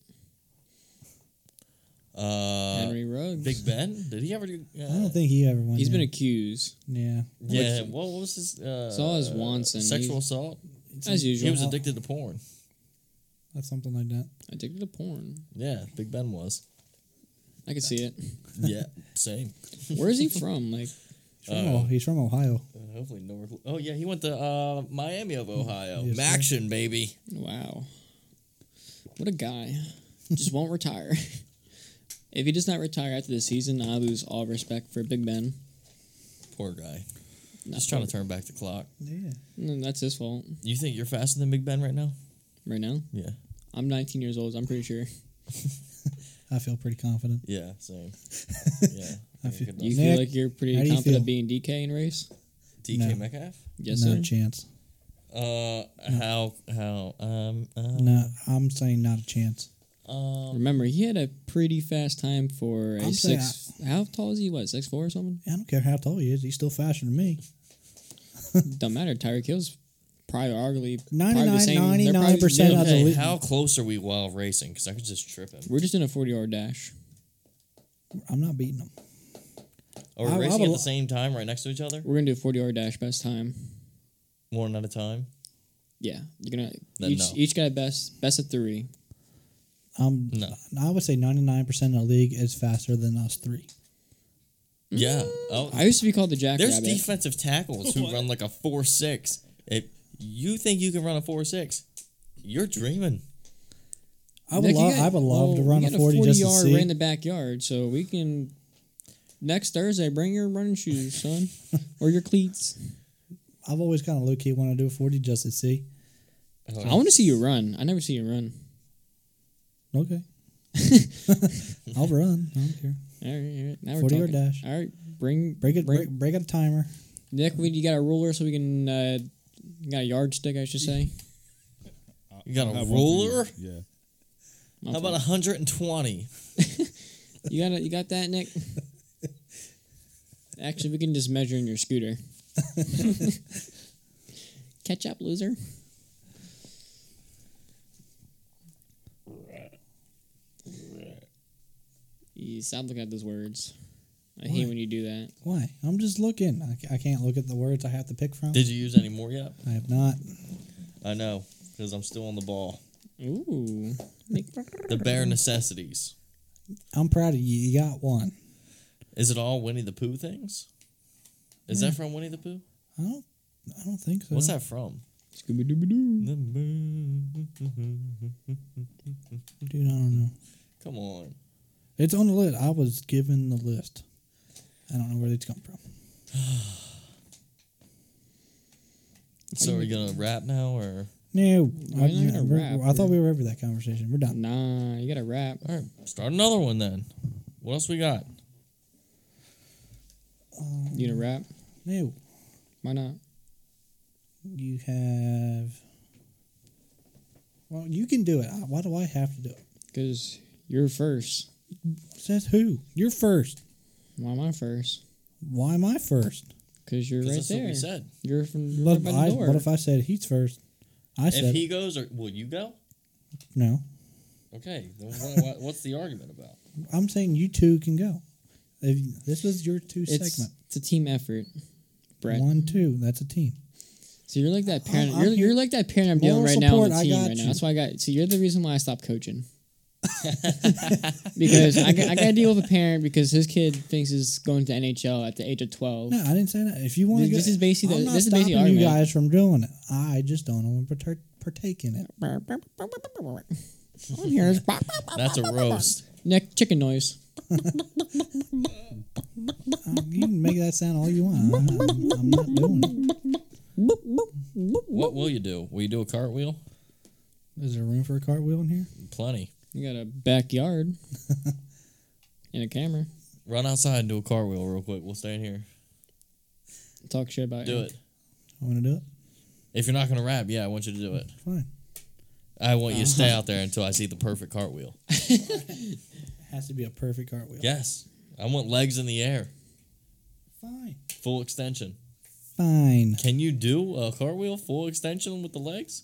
B: uh,
C: Henry Ruggs.
B: Big Ben. Did he ever do? Uh,
A: I don't think he ever went.
C: He's been
A: in.
C: accused.
A: yeah.
B: Yeah.
C: Which-
B: What was his? Uh,
C: Saw his Wanson.
B: Sexual
C: He's-
B: assault.
C: As
B: He
C: usual.
B: was addicted to porn.
A: That's something like that.
C: Addicted to porn.
B: Yeah, Big Ben was.
C: I can see it.
B: Yeah, *laughs* same.
C: Where is he from? Like,
A: He's from, Oh- he's from Ohio.
B: Uh, hopefully, North. Oh yeah, he went to uh, Miami of Ohio.
A: Yes, sir.
B: Maction, baby.
C: wow. What a guy. Just won't retire. *laughs* If he does not retire after the season, I lose all respect for Big Ben.
B: Poor guy.
C: Not
B: Just trying
C: for-
B: to turn back the clock.
A: Yeah.
C: No, that's his fault
B: You think you're faster than Big Ben right now?
C: right now.
B: Yeah.
C: I'm 19 years old. I'm pretty sure.
A: I feel pretty confident.
B: Yeah, same. yeah.
A: I
B: I
A: feel-
B: could
C: You
A: Nick,
B: not-
C: feel like you're pretty
A: how do you
C: confident
A: feel?
C: being DK in race?
B: DK
A: No.
B: Metcalf?
C: Yes,
A: no
C: sir.
A: chance.
B: Uh, how, how, um, uh,
A: No, I'm saying not a chance.
B: um,
C: Remember, he had a pretty fast time for a
A: I'm saying
C: six. How tall is he? What six four or something?
A: I don't care how tall he is. He's still faster than me.
C: Don't matter. Tyreek Hill's probably arguably probably the
A: 99,
C: same. they're probably-
A: 99%
C: yeah,
A: of
B: okay,
A: elite.
B: how close are we while racing? Because I could just trip him.
C: We're just in a forty yard dash.
A: I'm not beating him.
B: Are we
A: I- I
B: racing
A: would
B: at
A: lo-
B: the same time, right next to each other?
C: We're gonna do a forty yard dash best time.
B: One at a time?
C: Yeah, you're gonna
B: Then
C: each
B: no.
C: each guy best best of three.
A: I'm,
B: No.
A: I would say 99% of the league is faster than us three.
B: Yeah. Oh,
C: I used to be called the Jack
B: there's
C: Rabbit.
B: defensive tackles who run like a 4 6. If you think you can run a 4 6, you're dreaming.
A: I would,
C: Nick, you
A: love.
C: got-
A: I would love to
C: well,
A: run
C: we
A: a
C: got
A: 40 just to
C: yard
A: see.
C: right in the backyard, so we can next Thursday, bring your running shoes, son, or
B: *laughs*
C: your cleats.
A: I've always kind of low key wanted to do a 40 just to see.
C: I want to see you run. I never see you run.
A: Okay.
C: *laughs*
A: I'll run. I don't care.
C: All right, all right. Now we're
A: 40
C: talking.
A: yard dash.
C: All right, bring
A: Break it.
C: bring-
A: Break, break a timer.
C: Nick, we, you got a ruler so we can uh, you got a yardstick, I should say.
B: You got a
D: I have one for you.
B: ruler? *laughs*
D: Yeah.
B: How about 120?
C: you got a, you got
B: *laughs*
C: that, Nick? Actually, we can just measure in
B: *laughs*
C: your scooter. Catch up, loser. You stop looking at those words. I hate
A: Why?
C: when you do that.
A: Why? I'm just looking. I, ca- I can't look at the words I have to pick from.
B: Did you use any more yet?
A: I have not.
B: I know, because I'm still on the ball.
C: Ooh. Nick.
B: The bare necessities.
A: I'm proud of you. You got one.
B: Is it all Winnie the Pooh things? Is that from Winnie the Pooh?
A: I don't. I don't think so.
B: What's that from?
C: Scooby-Dooby-Doo.
B: The moon.
A: Dude, I don't know.
B: Come on.
A: It's on the list. I was given the list. I don't know where it's come from.
B: So are we gonna rap now or?
A: No,
C: Why
A: I,
C: not
A: I-
C: a wrap?
A: I thought we were over that conversation. We're done.
C: Nah, you gotta rap.
B: All right, start another one then. What else we got?
A: Uh,
C: You gonna rap?
A: No,
C: Why not?
A: you have. Well, you can do it. I- Why do I have to do it?
C: Because you're first.
A: Says who? You're first.
C: Why am I first?
A: Why am I first?
C: Because you're
B: 'Cause
C: right
B: that's
C: there.
B: what we said.
C: You're from you're
A: Look,
C: right by the
A: I,
C: door.
A: what if I said he's first? I said
B: If he goes, or will you go?
A: no.
B: Okay. Then wha- wha- what's the argument about?
A: I'm saying you two can go. If this is your two
C: it's,
A: segment.
C: it's a team effort, Brett.
A: One, two. That's a team.
C: So you're like that parent.
A: I'm
C: you're,
A: here-
C: you're like that parent I'm dealing
A: Moral
C: right now on
A: support,
C: the
A: I
C: team
A: got
C: right now.
A: you.
C: That's why I got. So you're the reason why I stopped
A: *laughs*
C: coaching. *laughs* because I, got- I got to deal with a parent because his kid thinks he's going to NHL at the age of twelve.
A: No, I didn't say that. If you want to,
C: This-
A: go,
C: this is basically the-
A: I'm not
C: this is
A: stopping
C: basically
A: you
C: argument.
A: guys from doing it. I just don't want to partake, partake in it.
C: I'm here.
B: That's a roast.
C: Nick, chicken noise.
A: Uh, you can make that sound all you want. I, I'm, I'm not doing it.
B: What will you do? Will you do a cartwheel?
A: Is there room for a cartwheel in here?
B: Plenty.
C: You got
A: *laughs*
C: a backyard and a camera.
B: Run outside and do a cartwheel real quick. We'll stay in here.
C: Talk shit about
B: Do
C: Eric.
B: it.
A: I want to do it.
B: If you're not gonna rap, yeah, I want you to do it.
A: Fine.
B: I want you
C: Uh-huh.
B: to stay out there until I see the perfect cartwheel.
A: Has to be a perfect cartwheel.
B: Yes. I want legs in the air,
A: Fine.
B: full extension.
A: Fine.
B: Can you do a cartwheel full extension with the legs?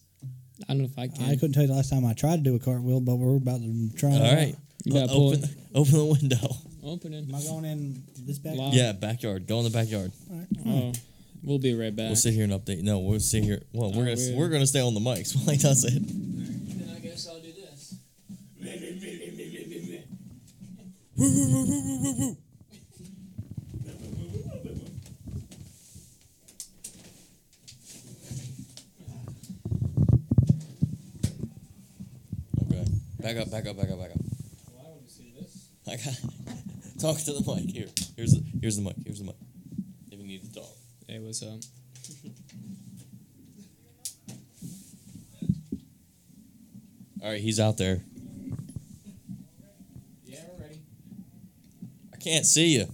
C: I don't know if I can.
A: I couldn't tell you the last time I tried to do a cartwheel, but we're about to try. it
B: All
A: out.
B: right.
C: You gotta
B: Uh,
C: pull
B: open, *laughs* open the window. *laughs*
C: Open it.
A: Am I going in this back?
C: Live.
B: Yeah, backyard. Go in the backyard.
A: All right.
C: Oh, we'll be right back.
B: We'll sit here and update. No, we'll sit here. Well, we're gonna
C: Oh, weird.
B: we're gonna stay on the mics *laughs* while he does it.
C: Then I guess I'll do this.
B: Okay. Back up. Back up. Back up. Back up. I got. *laughs* Talk to the mic here. Here's the here's the mic. Here's the mic. If you need to talk.
C: Hey, what's up?
B: All right, he's out there.
C: Yeah, we're ready.
B: I can't see you.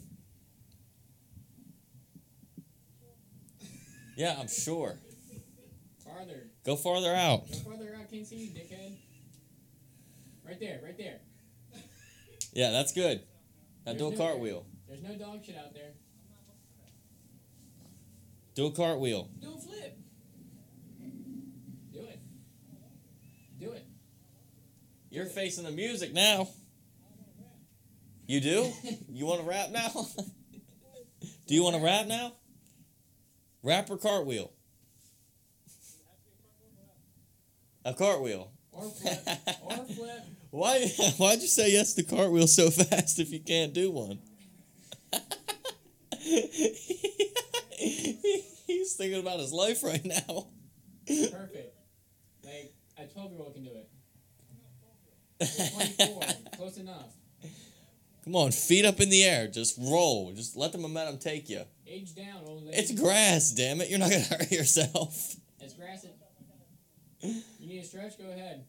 B: Yeah, I'm sure.
C: Farther.
B: Go farther out.
C: Go farther. I can't see you, dickhead. Right there. Right there.
B: Yeah, that's good. Now do a
C: There's no-
B: cartwheel.
C: There's no dog shit out there.
B: Do a cartwheel.
C: Do a flip. Do it. Do it.
B: You're facing the music now. You
C: *laughs*
B: do? You want to rap now? *laughs* do you want to rap now? Rap or cartwheel? A cartwheel.
C: Or flip.
B: *laughs*
C: or flip.
B: Why? *laughs* Why'd you say yes to cartwheel so *laughs* fast if you can't do one? *laughs* He's thinking about his life right now.
C: Perfect. Like a
B: *laughs*
C: twelve year old can do it. Twenty four. Close enough.
B: Come on, feet up in the air. Just roll. Just let the momentum take you.
C: Age down, old lady.
B: It's grass, damn it. You're not going to *laughs* hurt yourself. *laughs*
C: It's grass. You need a stretch? Go
B: *laughs*
C: ahead.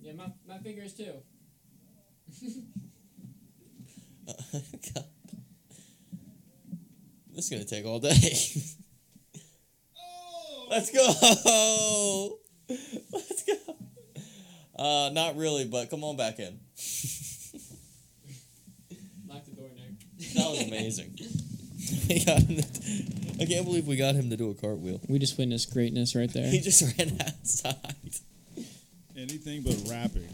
C: Yeah, my, my fingers too.
B: God. This is going to take all day. *laughs* Let's go. *laughs* Let's go. Uh, not really, but come on back in.
C: Lock the door, Nick.
B: That was amazing. *laughs* we got him to- I can't believe we got him to do a cartwheel.
C: We just witnessed greatness right there.
B: He just *laughs* ran outside.
D: Anything but rapping.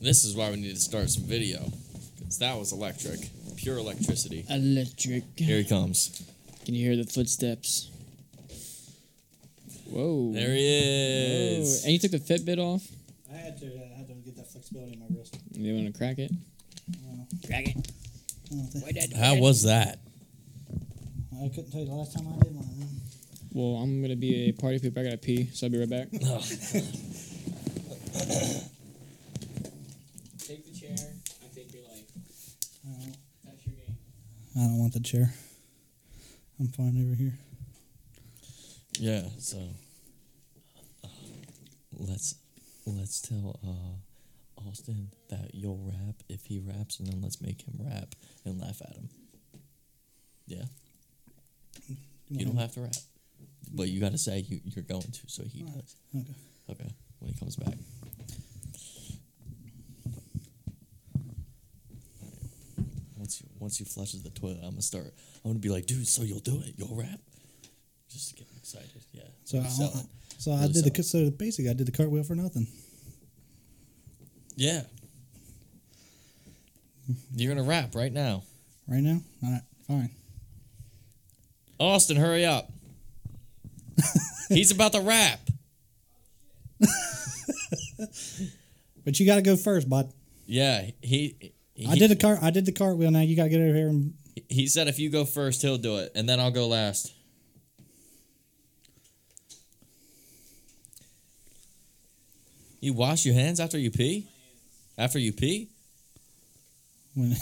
B: This is why we need to start some video. Because that was electric. Pure electricity.
C: Electric.
B: Here he comes.
C: Can you hear the footsteps? Whoa.
B: There he is.
C: Whoa. And you took the Fitbit off?
A: I had to. uh, I had to get that flexibility in my wrist.
C: You want to crack it? Crack it.
A: I, don't think,
B: How was that?
A: I couldn't tell you the last time I did one. of them.
C: Well, I'm going to be a party pooper. I got to pee, so I'll be right back.
B: Oh,
C: *laughs* take the chair. I take your life.
A: I don't,
C: That's your game.
A: I don't want the chair. I'm fine over here.
B: Yeah, so uh, let's let's tell uh, Austin that you'll rap if he raps, and then let's make him rap and laugh at him. Yeah, you don't have to rap, but you got to say you, you're going to, so he does.
A: Okay.
B: Okay, when he comes back. Once you once he flushes the toilet, I'm gonna start. I'm gonna be like, dude, so you'll do it, you'll rap, just to get him excited. Yeah.
A: So I,
B: Sell it.
A: so I
B: Really
A: did the
B: sell
A: the
B: it.
A: so basically I did the cartwheel for nothing.
B: Yeah. You're gonna rap right now.
A: Right now, all right, fine.
B: Austin, hurry *laughs* up. He's about to rap.
A: But you got to go first, bud.
B: Yeah, he. he
A: I did the car. I did the cartwheel. Now you got to get over here and
B: He said if you go first, he'll do it, and then I'll go last. You wash your hands after you pee? After you pee?
A: when,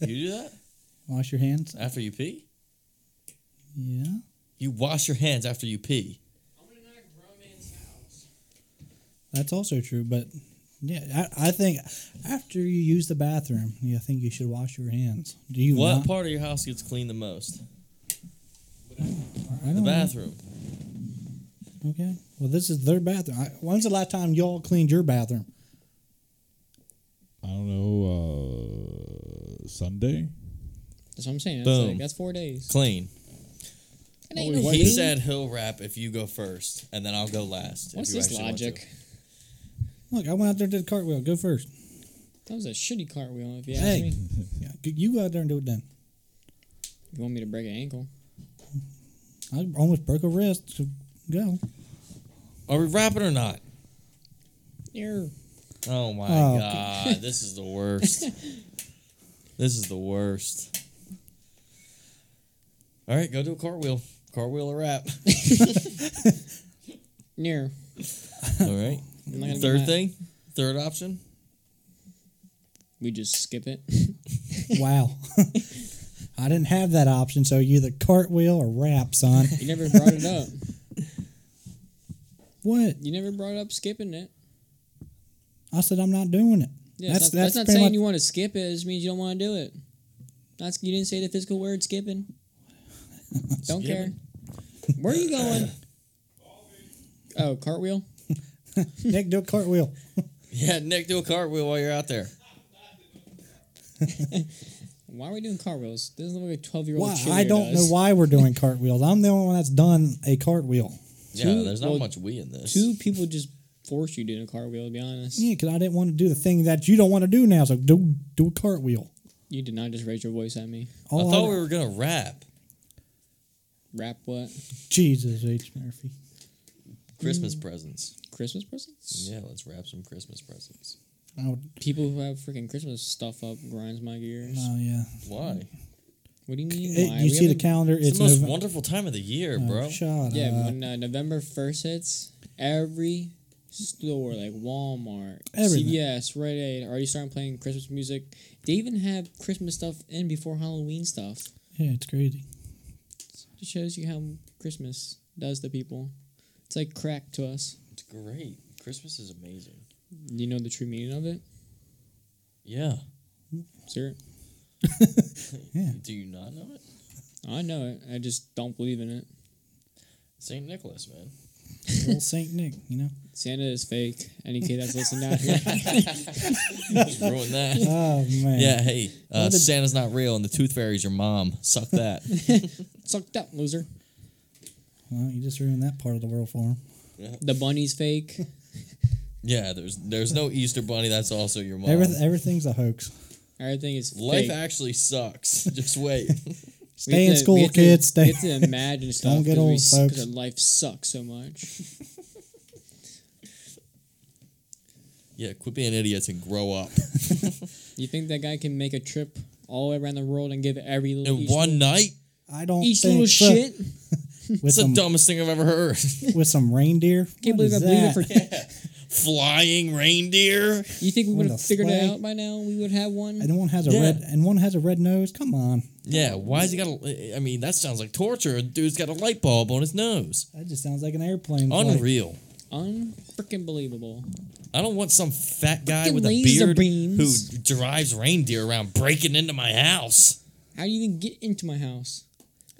B: You do that?
A: *laughs* wash your hands.
B: After you pee?
A: Yeah.
B: You wash your hands after you pee.
C: I'm going to knock grown man's house.
A: That's also true, but yeah, I, I think after you use the bathroom, yeah, I think you should wash your hands. Do you?
B: What
A: not?
B: part of your house gets cleaned the most?
A: I
B: The
A: don't know.
B: bathroom.
A: Okay. Well, this is their bathroom. I, when's the last time y'all cleaned your bathroom?
D: I don't know. Uh, Sunday.
C: That's what I'm saying. That's,
B: Boom.
C: like, that's four days.
B: Clean.
C: It ain't
D: Holy
C: no
D: What
B: He
D: do?
C: big-
B: said he'll rap if you go first, and then I'll go last. if
C: What's
B: you
C: this
B: actually want to.
C: logic?
A: Look, I went out there and did the cartwheel. Go first.
C: That was a shitty cartwheel, if you ask
A: Hey.
C: me.
A: Yeah, g- you go out there and do it then.
C: You want me to break an ankle?
A: I almost broke a wrist. So
C: *laughs*
A: go.
B: Are we rapping or not?
C: Yeah.
B: Oh my
A: Oh,
B: god, this is
A: *laughs*
B: the worst. this is the worst. All right, go do a cartwheel. Cartwheel or
A: *laughs*
B: rap.
C: Near.
B: All right.
C: I'm not gonna do
B: Third
C: that.
B: thing, third option.
C: We just skip it. *laughs*
A: Wow. *laughs* I didn't have that option, so you either cartwheel or rap,
C: *laughs*
A: son.
C: You never brought it up.
A: What?
C: You never brought up skipping it.
A: I said I'm not doing it.
C: Yeah, that's, not, that's, not
A: pretty
C: saying
A: much- *laughs*
C: you want to skip it. It just means you don't want to do it. That's you didn't say the physical word skipping.
A: *laughs*
C: Don't care. Where are you going? Oh, cartwheel.
A: Nick, do a
C: *laughs*
A: cartwheel.
B: Yeah, Nick, do a cartwheel while you're out there.
C: Why are we doing cartwheels? This doesn't look like a twelve-year-old.
A: Why? I don't know why
C: *laughs*
A: we're doing cartwheels. I'm the only one that's done a cartwheel.
B: yeah,
C: Two-
B: there's not
C: well,
B: much we in this.
C: Two people just forced you to do a cartwheel. To be honest,
A: Yeah, because I didn't want to do the thing that you don't want to do now. So do do a cartwheel.
C: you did not just raise your voice at me.
B: I
A: All
B: thought we were gonna rap
C: Rap what?
A: Jesus H Murphy. Mm.
B: Christmas presents.
C: Christmas presents.
B: Yeah, let's wrap some Christmas presents.
A: I would,
C: People who have freaking Christmas stuff up grinds my gears.
A: oh yeah.
B: Why?
C: what do you mean?
A: It-
C: why?
A: you
C: We
A: see the
C: haven't-
A: calendar?
B: It's,
A: It's,
B: the most
A: November.
B: wonderful time of the year,
A: Oh,
B: bro.
A: shut
C: Yeah, uh,
A: up.
C: when uh, November first hits, every store like Walmart,
A: Everything.
C: CVS, Rite Aid are you starting playing Christmas music. They even have Christmas stuff in before Halloween stuff.
A: Yeah, it's
C: *laughs*
A: crazy.
C: It shows you how Christmas does to people. It's like crack to us.
B: It's great. Christmas is amazing.
C: You know the true meaning of it,
B: Yeah.
C: sir.
A: Yeah.
B: Do you not know it?
C: I know it. I just don't believe in it.
B: St. Nicholas, man.
A: Old Saint Nick, you
C: *laughs*
A: know.
C: Santa is fake. Any kid that's listening out here,
A: *laughs*
B: Just ruin that.
A: Oh man.
B: Yeah, hey, uh,
A: What did-
B: Santa's not real and the Tooth Fairy's your mom. Suck that.
C: sucked up, loser.
A: Well, you just ruined that part of the world for him.
C: The bunny's fake.
B: yeah, there's there's no Easter Bunny. That's also your mom.
A: Everyth- everything's a hoax.
C: Everything is
B: Life
C: fake.
B: actually sucks. *laughs* Just wait.
C: We have
A: Stay in
C: to- we
A: school,
C: have to-
A: kids. Stay.
C: We have to
A: *laughs*
C: imagine stuff.
A: get
C: 'cause we
A: old,
C: s- 'cause
A: folks.
C: our life sucks
A: *laughs*
C: so much.
B: yeah, quit being idiots and grow up.
C: You think that guy can make a trip all the way around the world and give every little
B: In
C: each
B: one
C: little,
B: night,
A: I don't
C: each
A: think
C: little
A: so.
C: shit?
A: with
B: it's the
A: some
B: dumbest thing I've ever heard. *laughs*
A: with some reindeer.
C: Can't
A: What
C: believe I
A: is
C: believe it
A: that?
C: for.
B: Flying reindeer.
C: You think we
A: What
C: would
A: the
C: have figured it
A: fuck?
C: out by now? We would have one.
A: and one has a
B: Yeah.
A: red and one has a red nose. Come on,
B: Yeah, why's he got a? I mean, that sounds like torture. Dude's got a light bulb on his nose.
A: that just sounds like an airplane. flight.
B: Unreal.
C: Unfreaking believable.
B: I don't want some fat guy
C: Fucking
B: with a
C: laser
B: beard
C: beams.
B: who drives reindeer around breaking into my house.
C: How do you even get into my house?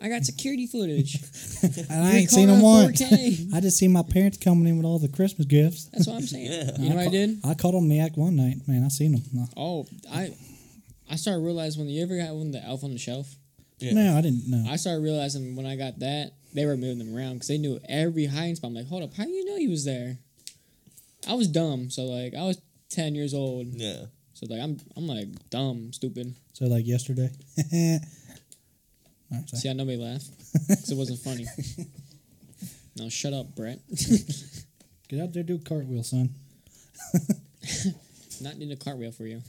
C: I got security footage.
A: And I
C: Your
A: ain't seen
C: car
A: them
C: on
A: once.
C: 4K.
A: *laughs* I just seen my parents coming in with all the Christmas gifts.
C: That's what I'm saying.
B: *laughs* Yeah.
C: You know what I did?
A: I caught them in the act one night. Man, I seen them. No,
C: Oh, I I started realizing when you ever got one the elf on the shelf.
B: Yeah.
A: no I didn't know.
C: I started realizing when I got that they were moving them around because they knew every hiding spot. I'm like, hold up, how do you know he was there? I was dumb, so like I was ten years old,
B: Yeah.
C: so like I'm I'm like dumb, stupid.
A: So like yesterday. *laughs* All right, sorry.
C: See how nobody laughed because it wasn't funny. No, shut up, Brett.
A: Get out there, do a cartwheel, son.
C: Not need a cartwheel for you.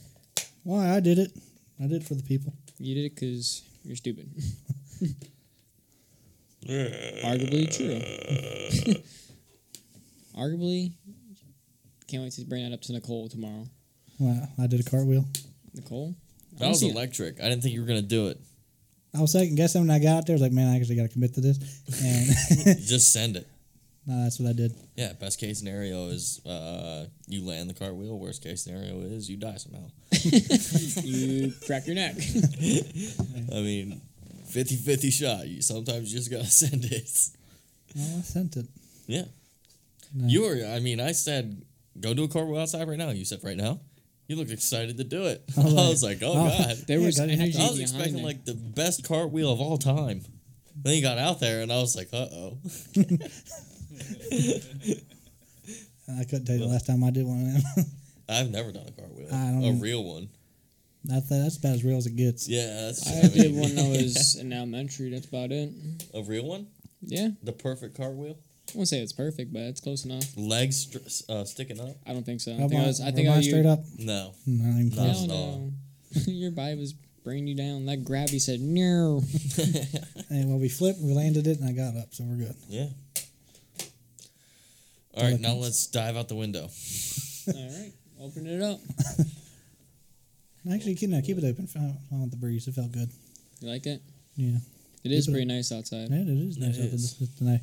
A: Why I did it? I did it for the people.
C: You did it because you're stupid. Arguably true. *laughs* Arguably, can't wait to bring that up to Nicole tomorrow.
A: Wow, I did a cartwheel.
C: Nicole, I
B: That
C: wanna
B: was
C: see it.
B: electric. I didn't think you were gonna do it.
A: I was second guessing when I got out there. I was like, man, I actually got to commit to this. And *laughs*
B: Just send it.
A: no, that's what I did.
B: Yeah. Best case scenario is uh, you land the cartwheel. Worst case scenario is you die somehow.
C: *laughs* you crack your neck. Mm-hmm.
B: I mean, 50-50 shot. You sometimes you just gotta *laughs* send it.
C: Mm-hmm.
A: Well, Oh, I sent it.
B: Yeah.
A: No.
B: You were. I mean, I said go do a cartwheel outside right now. You said right now. You looked excited to do
C: *laughs*
B: it. *laughs* I
A: was like,
B: was like, oh
A: oh.
B: god.
C: There
A: Yeah,
C: was
A: gotta
C: energy
A: have
B: I
C: behind
B: was expecting
C: it.
B: like the best cartwheel of all time. Then you got out there, and I was like, "Uh oh,
A: I couldn't tell you the last time I did one of them. *laughs*
B: I've never done a cartwheel,
A: I don't
B: a
A: know.
B: real one."
A: I thought that's about as real as it gets.
B: Yeah, that's
C: I
B: I mean,
C: did *laughs* when I was in elementary. That's about it.
B: *laughs* a real one.
C: Yeah, I
B: The perfect cartwheel,
C: won't say it's perfect, but it's close enough.
B: legs str- uh, sticking up.
C: I don't think so. I
A: Rub
C: think I
A: mine-
C: was. I
A: rub
C: think I
A: mine
C: was.
A: straight up.
B: No,
A: Not even
B: No.
A: close.
C: Hell no. *laughs* your body was bringing you down. That gravity said *laughs* no.
A: And well, we flipped, we landed it, and I got up, so we're good.
B: yeah. All right, now
A: Pelicans.
B: let's dive out the window.
C: All right, open it up.
A: And Actually, keep- no, keep it open. I don't want the breeze. It felt good.
C: You like it?
A: Yeah,
C: It is
A: Keep it
C: pretty
A: up.
C: nice outside.
A: yeah it is nice
B: It
A: out
B: is.
A: there tonight.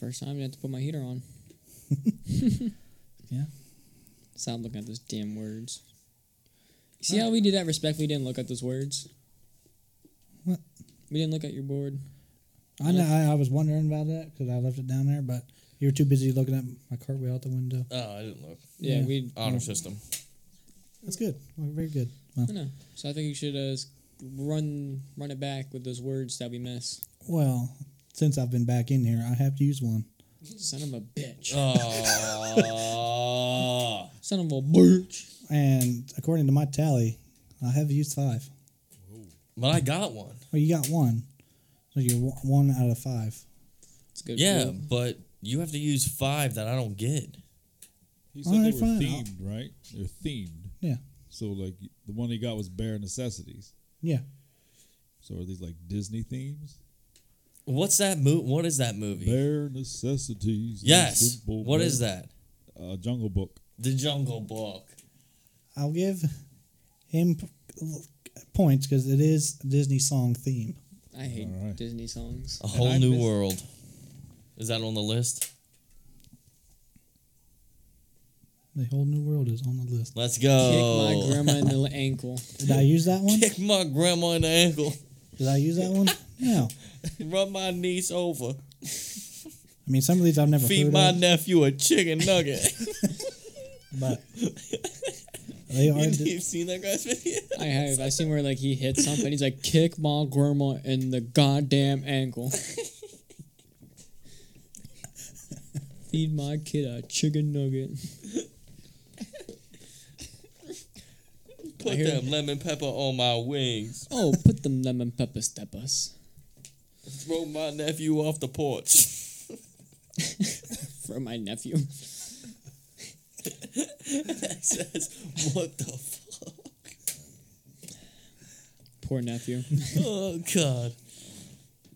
C: First time you have to put my heater on.
A: Yeah.
C: Stop looking at those damn words. See how we did that respectfully? Didn't look at those words.
A: What?
C: We didn't look at your board.
A: I know. I, I was wondering about that because I left it down there, but you were too busy looking at my cartwheel out the window.
B: Oh, I didn't look.
C: Yeah,
A: Yeah.
C: we.
B: Honor system.
A: That's good. Well, very good. Well,
C: I know. So I think you should uh, s- run run it back with those words that we miss.
A: well, since I've been back in here, I have to use one.
C: Son of a bitch.
B: Uh. *laughs* Oh,
C: Son of a bitch.
A: And according to my tally, I have used five.
B: but I got one.
A: Well, you got one, so you're one- one out of five.
C: It's good.
B: Yeah,
C: food.
B: but you have to use five that I don't get.
D: He
A: All
D: said they
A: right,
D: were
A: fine. I'll-
D: themed, right? They're themed.
A: Yeah.
D: So like the one he got was bare necessities.
A: Yeah.
D: So are these like Disney themes?
B: What's that movie? What is that movie?
D: Bare necessities.
B: Yes. What is that?
D: Uh, uh, Jungle Book.
B: The Jungle Book.
A: I'll give him p- points because it is Disney song theme.
C: I hate
D: Alright.
C: Disney songs.
B: A whole
D: I
B: new
D: missed-
B: world. Is that on the list?
A: The whole new world is on the list.
B: Let's go.
C: Kick my grandma in the ankle.
A: Did I use *laughs* that one?
B: *laughs* Kick my grandma in the ankle. *laughs*
A: Did I use *laughs* that one? No.
B: Rub my niece over.
A: I mean, some of these I've never
B: Feed
A: heard
B: my
A: of,
B: nephew a chicken nugget.
A: but they are.
B: you,
A: Di-
B: you've seen that guy's video?
C: I have. I seen where like he hits something. He's like, kick my grandma in the goddamn
B: *laughs*
C: ankle. Feed my kid a chicken nugget.
B: *laughs* Put
C: hear
B: them lemon pepper on my wings.
C: Oh, put them lemon pepper steppers.
B: Throw my nephew off the porch. *laughs*
C: For my nephew.
B: It says, what the fuck?
C: Poor nephew.
B: Oh, God.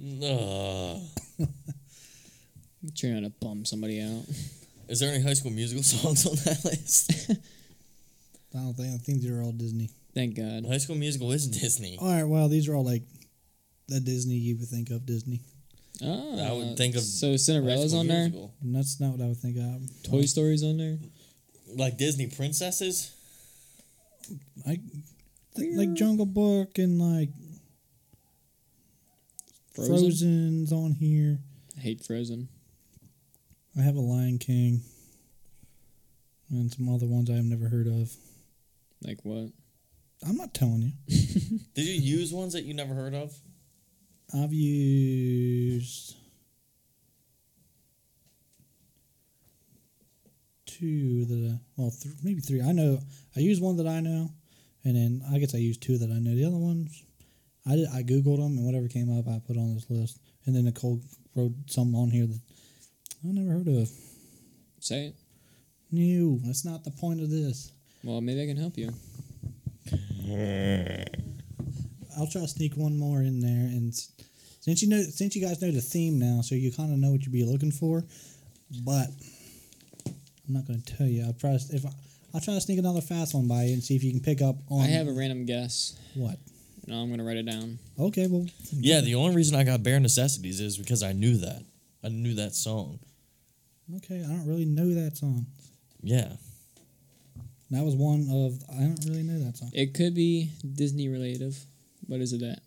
B: No.
C: Trying to bum somebody out.
B: Is there any high school musical *laughs* songs on that list?
A: I don't think. I think these are all Disney.
C: Thank God.
B: high school musical is Disney.
A: All right. Well, these are all like the Disney you would think of Disney.
C: Oh,
B: I would think of
C: So
B: High
C: Cinderella's
B: School
C: on there.
B: Musical.
A: And that's not what I would think of.
C: Toy Story's on there.
B: Like Disney princesses?
A: I th- like Jungle Book and like
C: Frozen.
A: Frozen's on here.
C: I hate Frozen.
A: I have a Lion King and some other ones I have never heard of.
C: Like what?
A: I'm not telling you.
B: Did you use ones that you never heard of?
A: I've used two that I, well, th- maybe three. I know I used one that I know, and then I guess I used two that I know. The other ones, I did, I googled them and whatever came up, I put on this list. And then Nicole wrote some on here that I never heard of.
C: Say it.
A: No, that's not the point of this.
C: Well, maybe I can help you.
A: I'll try to sneak one more in there, and s- since you know, since you guys know the theme now, so you kind of know what you'd be looking for, but I'm not going to tell you. I'll try to, if I, I'll try to sneak another fast one by you and see if you can pick up on.
C: I have a random guess,
A: what?
C: and I'm gonna write it down.
A: Okay, well,
B: Yeah, the only reason I got Bare Necessities is because I knew that. I knew that song.
A: okay. I don't really know that song.
B: Yeah.
A: That was one of I don't really know that song.
C: It could be Disney related. What is it that?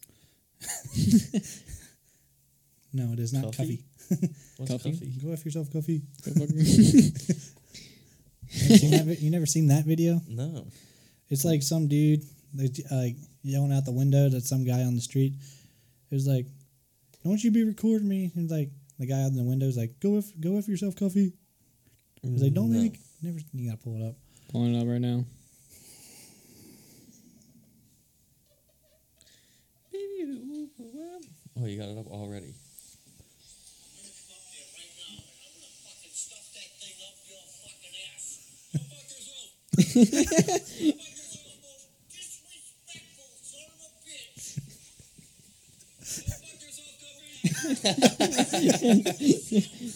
A: No, it is not Cuffy.
B: Cuffy? What's
C: Cuffing?
B: Cuffy?
A: Go after yourself, Cuffy.
C: Go *laughs* fucking-
A: You seen that vi- you never seen that video?
B: No.
A: It's like some dude that's, like yelling out the window to some guy on the street. It was like, "Don't you be recording me?" And like the guy out in the window is like, "Go if go after yourself, Cuffy." He's like, "Don't
B: Mm, No.
A: make never." You gotta pull it up.
C: Pulling it up right now.
B: Oh, you got it up already.
E: I'm gonna come up there right now and I'm gonna fucking stuff that thing up your fucking ass. Go fuck yourself. Go fuck yourself, you most disrespectful son of a bitch. Go fuck yourself, Guffy. Go fuck yourself, Guffy.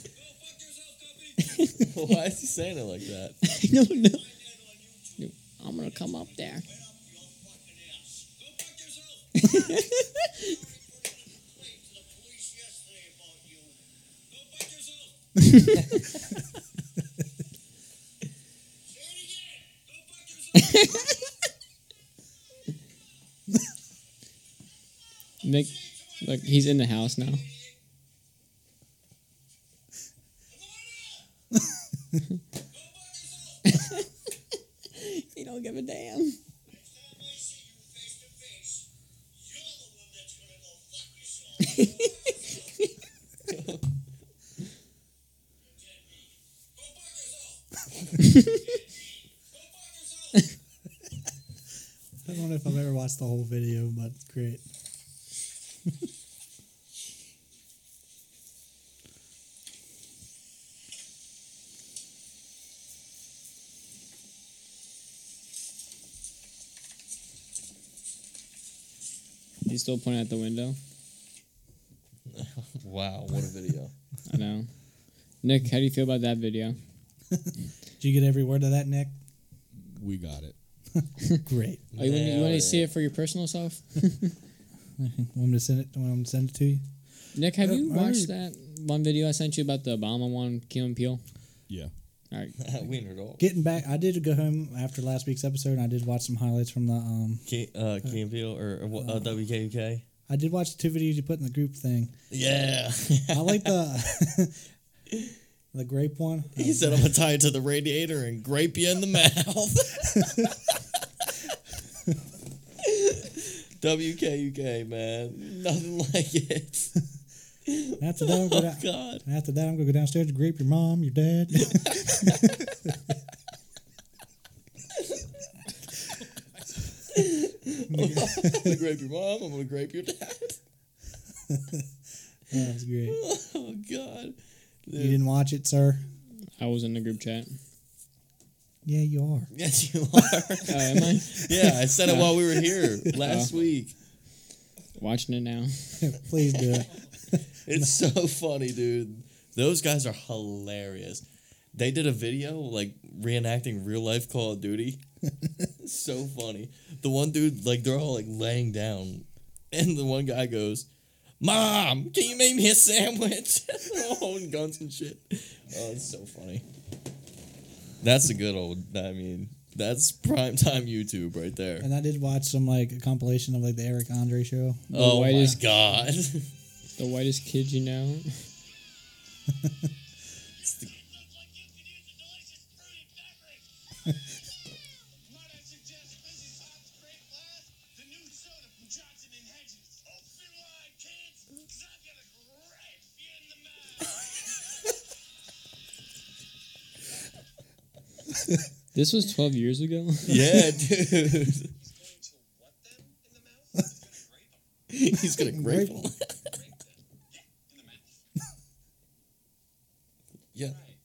B: *laughs* Why is he saying it like that?
C: I don't know.
E: Find that on YouTube.
C: I'm gonna come up there.
E: Right up your fucking ass. Go fuck yourself. I put in a complaint to the police yesterday about you. Go fuck yourself. Say it again. Go fuck yourself.
C: Nick, like *laughs* he's in the house now.
E: Come on out. Go fuck yourself.
C: He don't give a damn.
E: Next time I see you face to face, you're the one that's gonna go fuck yourself. Go fuck yourself. You're dead meat. Go fuck yourself. You're dead meat. Go fuck yourself.
A: I don't know if I've ever watched the whole video, but it's great.
C: He's still pointing out the window.
B: Wow, what a video. *laughs*
C: I know. Nick, how do you feel about that video?
A: Did you get every word of that, Nick?
D: We got it.
A: Great.
C: Oh, you, want, you
B: Nailed
C: want to see it for your personal self?
A: *laughs* Want me to send it? Want me to send it to you?
C: Nick, have
A: Yeah,
C: you
A: I
C: watched that one video I sent you about the Obama one, Kim and Peel?
D: Yeah.
C: All right.
B: Wiener dog.
A: Getting back, I did go home after last week's episode, and I did watch some highlights from the. Um,
B: K, uh, Campbell or uh, wha- uh, WKUK.
A: I did watch the two videos you put in the group thing.
B: *laughs* Yeah.
A: I like the *laughs* the grape *laughs* one.
B: he said, I'm going to tie it to the radiator and grape you in the mouth. *laughs* WKUK, man. Nothing like *laughs* it.
A: And after that, I'm gonna,
B: *laughs* Oh, God.
A: and after that, I'm gonna go downstairs to grape your mom, your dad. *laughs*
B: I'm going to grape your mom. I'm going to grape your dad. *laughs*
A: That's great.
B: Oh, God.
A: You didn't watch it, sir?
C: I was in the group *laughs* chat.
A: Yeah, you are. *laughs*
B: Yes, you *laughs* are.
C: Oh, am I
B: yeah, Uh-huh. I said it while we were here last week.
C: watching it now?
A: Please do it.
B: It's so *laughs* funny, dude. Those guys are hilarious. They did a video like reenacting real life Call of Duty. *laughs* so funny. The one dude, like, they're all like laying down, and the one guy goes, "Mom, can you make me a sandwich?" *laughs* they're all holding guns and shit. Oh, it's so funny. That's a good old. I mean, that's prime time YouTube right there.
A: And I did watch some like a compilation of like the Eric Andre show.
B: oh my
C: whitest-
B: god. *laughs*
C: The whitest kid you know.
E: Looks like you could use a delicious fruity beverage. Might I suggest Mrs. Hop's Grape Glass, the new soda from Johnson and Hedges. Open wide, kids, 'cause I'm gonna grape you in the mouth.
C: This was 12 years *laughs* ago.
B: yeah, dude.
E: He's going to what them
B: He's *laughs* gonna
E: in the mouth? He's gonna grape them.
B: grape him.
E: Grape them. Yeah, in the mouth.
B: Yeah.
E: Right.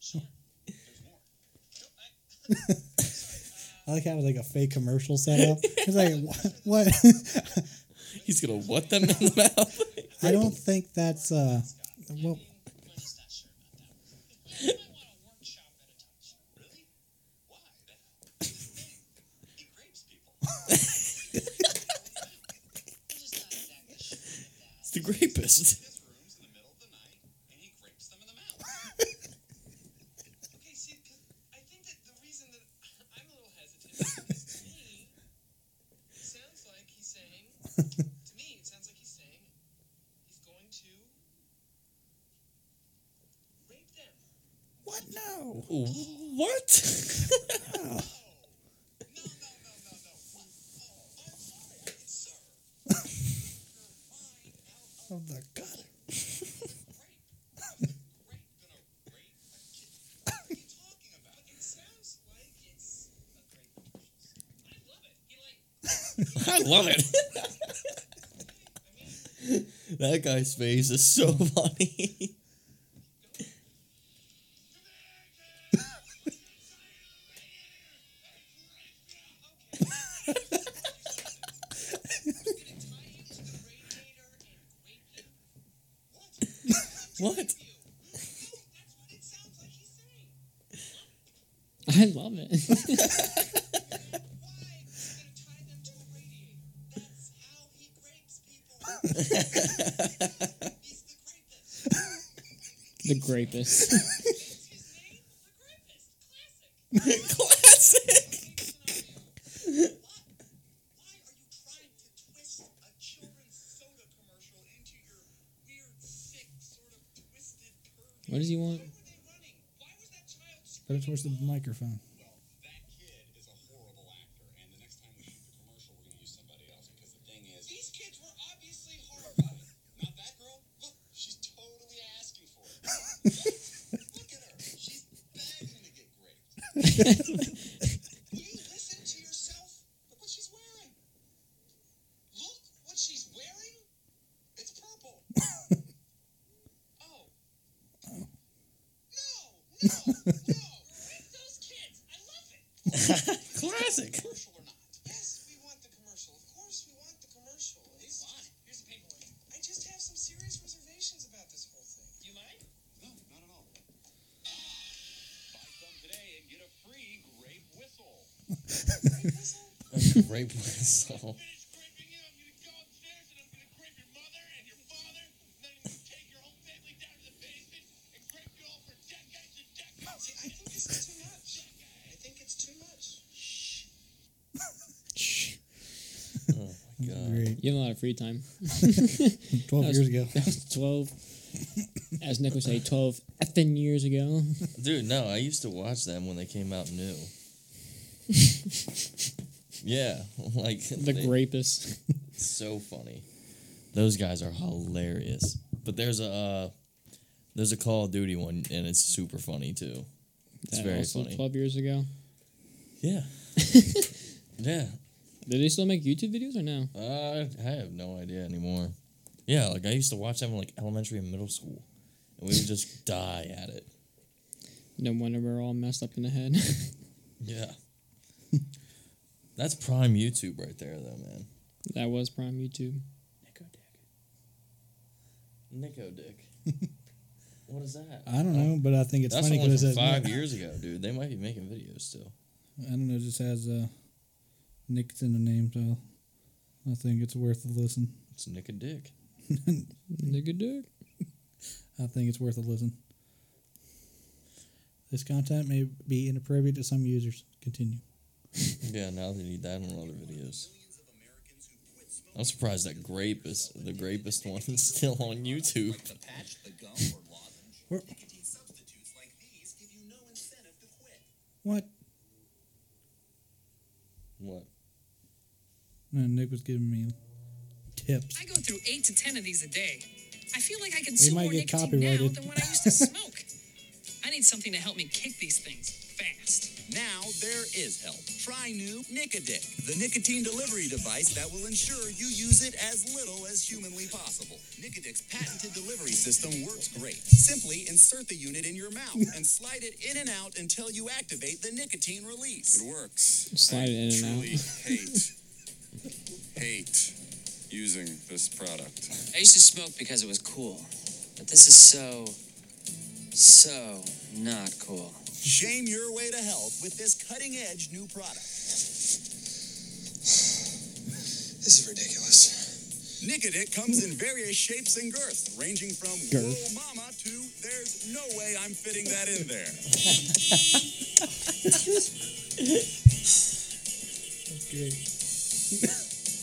E: Sure. There's more. Nope, I-
A: I like how it was like a fake commercial setup. It's like *laughs* wha- what?
B: He's gonna what them in the *laughs* mouth?
A: I don't think that's uh.
E: *laughs*
A: Well, *laughs*
E: We're just not sure about that one. You might want a workshop at a time. Really? Why? That- that's the thing. He grapes people. We're just not exactly sure about that.
B: It's the grapist.
E: His room's in the middle of the night, and he grapes them in the mouth. okay, see, 'cause I think that the reason that *laughs* I'm a little hesitant is because *laughs* to me, it sounds like he's saying, to me, it sounds like he's saying he's going to rape them.
A: what? No.
B: What? *laughs*
E: Oh. No, no, no, no, no. What? Oh, I'm sorry. It's sir. *laughs* You're mine out
A: Oh my god.
E: Great. Great. Gonna rape a kid. What are you talking about? But it sounds like it's a great purchase. I love it. He like
B: I love it.
E: I mean
B: That guy's face is so *laughs* funny. What?
C: I love it.
E: He's the
C: the
E: greatest.
C: grapist.
E: His name? The greatest. Classic.
B: Classic.
C: What does he want?
A: Put it towards the microphone.
E: That kid is a horrible actor, and the next time we shoot the commercial, we're going to use somebody else because the thing is. These kids were obviously horrified. Not that girl. Look, she's totally asking for it. Look at her. She's begging to get raped. Will you listen to yourself? Look what she's wearing. Look what she's wearing. It's purple. oh. No, no, no. Rape those kids. I love it.
B: Classic.
E: Commercial or not. Yes, we want the commercial. Of course we want the commercial. It's, Here's the paperwork. I just have some serious reservations about this whole thing. You mind? No, not at all. By free grape whistle. *laughs*
B: Rape whistle.
E: Finish graping him, you go upstairs and I'm gonna grape your mother and your father, and then I'm gonna take your whole family down to the basement and grape you all for decades and decades.
F: See, I think this is too much. I think it's too much.
B: Oh my god.
A: Great.
C: You have a lot of free time.
A: 12
C: *laughs* That was-
A: years ago.
C: twelve, as Nick would say, twelve effing years ago. *laughs*
B: Dude, no, I used to watch them when they came out new. yeah, like
C: The
B: they-
C: grapist.
B: so funny. Those guys are hilarious. But there's a uh, there's a Call of Duty one, and it's super funny too. It's
C: That
B: very
C: also
B: funny.
C: Twelve years ago.
B: *laughs* Yeah. yeah.
C: Do they still make YouTube videos or no?
B: Uh, I have no idea anymore. Yeah, like I used to watch them in like elementary and middle school, and we would *laughs* just die at it.
C: No wonder we're all messed up in the head. *laughs*
B: Yeah. *laughs* That's prime YouTube right there, though, man.
C: that was prime YouTube.
B: Nico Dick. Nico Dick. *laughs* what is that?
A: I don't know, but I think it's
B: That's
A: funny
B: only
A: because
B: from
A: it
B: five
A: says, *laughs*
B: years ago, dude. They might be making videos still.
A: I don't know, it just has uh, Nick's in the name, so I think it's worth a listen.
B: It's Nick and Dick.
C: Nigga dick.
A: I think it's worth a listen. This content may be inappropriate to some users. Continue.
B: Yeah, now they need that on other videos. I'm surprised that grape is the grapest one is still on YouTube. *laughs*
F: Patch the gum or lozenge.
A: Where-
F: Nicotine substitutes like these give you no incentive to quit.
A: What?
B: What?
A: And Nick was giving me tips.
G: I go through eight to ten of these a day. I feel like I can
A: We
G: chew
A: might
G: more
A: get
G: nicotine
A: copyrighted.
G: now than when I
A: *laughs*
G: used to smoke. I need something to help me kick these things fast.
F: Now there is help. Try new Nicodick, the nicotine delivery device that will ensure you use it as little as humanly possible. Nicodick's patented delivery system works great. Simply insert the unit in your mouth and slide it in and out until you activate the nicotine release. It works.
C: Slide it in and out.
F: hate, hate using this product.
H: I used to smoke because it was cool, but this is so, so not cool.
F: Shame your way to health with this cutting edge new product.
H: This is ridiculous.
F: Nicodick comes in various shapes and girths, ranging from
C: Girth.
F: whoa mama to there's no way I'm fitting that in there.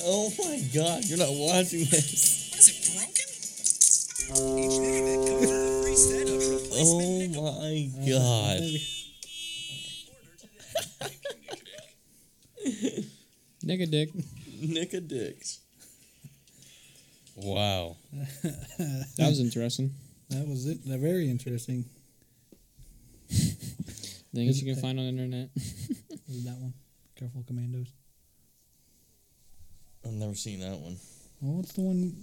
B: Oh my god, you're not watching this.
G: What is it, broken?
F: Each Nicodick comes with a free set of replacement
B: *laughs* Oh my god.
C: Nigga dick.
B: *laughs* Nick and Dick. Wow.
C: That was interesting.
A: That was it. They're very interesting.
C: Things you can find on the internet.
A: Is that one? Careful, commandos.
B: I've never seen that one.
A: Oh, what's the one?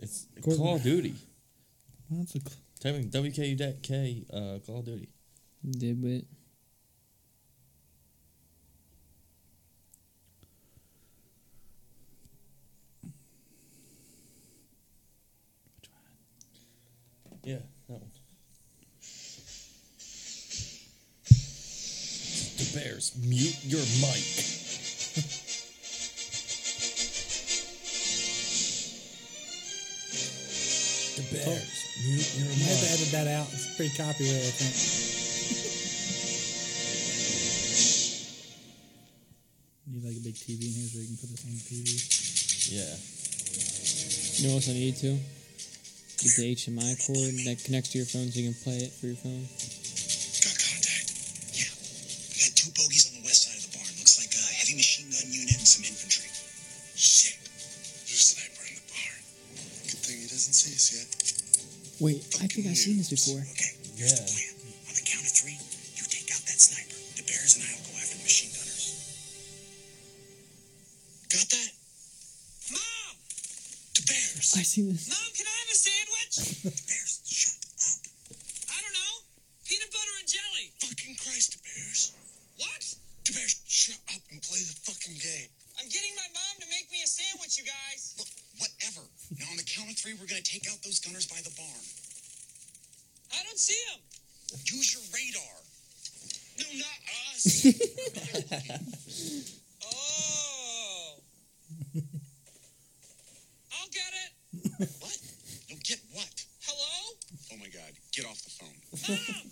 B: It's
A: Gordon.
B: Call of Duty.
A: That's a cl-
B: Type in WKUK uh, Call of Duty.
C: Did it.
B: Yeah, that one. The Bears, mute your mic. *laughs* the Bears, mute your
A: I had to
B: mic.
A: edit that out. It's pretty copyright, I think. Need like a big TV in here so we can put this on the TV.
B: Yeah.
C: You know what else I need to? Get the HDMI cord that connects to your phone so you can play it for your phone. *laughs*
F: Got contact. Yeah. We got two bogies on the west side of the barn. Looks like a heavy machine gun unit and some infantry. Shit. There's a sniper in the barn. Good thing he doesn't see us yet.
C: Wait, I think I've seen this before.
F: Okay.
B: Yeah.
F: Plan. On the count of three, you take out that sniper. The bears and I will go after the machine gunners. Got that?
E: Mom!
F: The bears.
C: I've seen this.
E: Mom, can I have a sandwich?
F: The bears. Shut up.
E: I don't know. Peanut butter and jelly.
F: Fucking Christ, the bears.
E: What?
F: The bears. Shut up and play the fucking game.
E: I'm getting my mom to make me a sandwich, you guys.
F: Look, whatever. Now on the count of three, we're gonna take out those gunners by the barn.
E: I don't see him.
F: Use your radar.
E: No, ass. oh. I'll get it.
F: What? No, get what?
E: Hello?
F: Oh my God! Get off the phone.
E: Mom!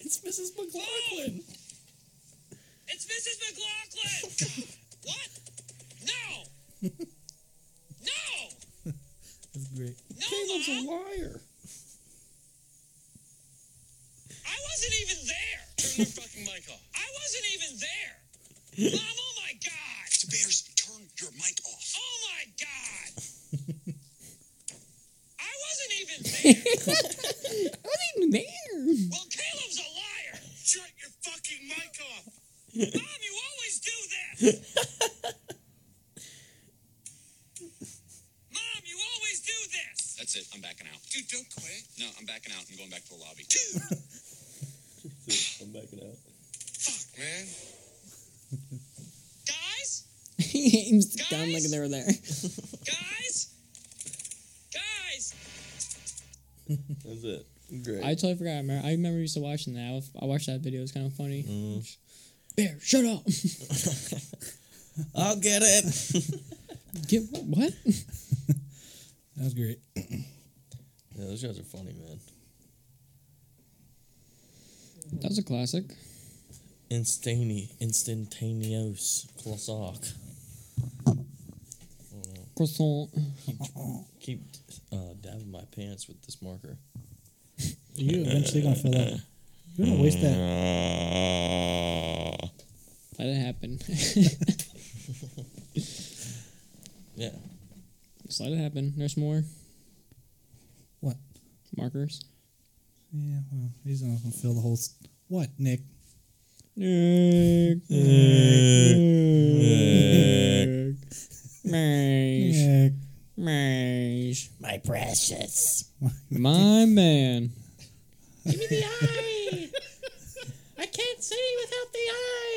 B: It's Mrs. McLaughlin.
E: It's Mrs. McLaughlin! what? No! No!
A: That's great.
E: No,
B: Caleb's a
E: Mom!
B: liar.
E: I wasn't even there! Turn your fucking mic off. I wasn't even there!
F: *laughs*
E: Mom, oh my god!
F: Bears, turn your mic off.
E: Oh my
F: *laughs*
E: god! I wasn't
F: *laughs*
E: even there!
C: I wasn't even there.
E: Well, Caleb's a liar! Shut your fucking mic off! Mom, you always do
F: *laughs*
E: this! Mom, you always do this!
F: That's it. I'm backing out.
E: Dude, don't quit.
F: No, I'm backing out. I'm going back to the lobby.
B: I'm backing out.
E: Fuck, man. Guys?
C: he aims down like they were there.
E: Guys? Guys!
B: That's it. Great.
C: I totally forgot. I remember, I remember used to watching that. I was- I watched that video. It was kind of funny.
I: Mm.
C: Bear, shut up. *laughs*
B: I'll get it.
C: Get what? what?
A: That was great.
B: yeah, those guys are funny, man.
C: That was a classic.
B: Instane, instantaneous, classic.
C: Croissant.
B: Keep uh, dabbing my pants with this marker.
A: You eventually gonna fill up. You're gonna waste that.
C: Let it happen. *laughs*
B: Yeah.
C: Just let it happen. There's more
A: What?
C: markers.
A: Yeah. Well, he's not gonna fill the whole. s what, Nick?
C: Nick. Nick. Mage.
A: Nick.
C: Mage.
I: *laughs* My precious.
C: My man. *laughs*
I: Give me the eye. I can't see without the eye.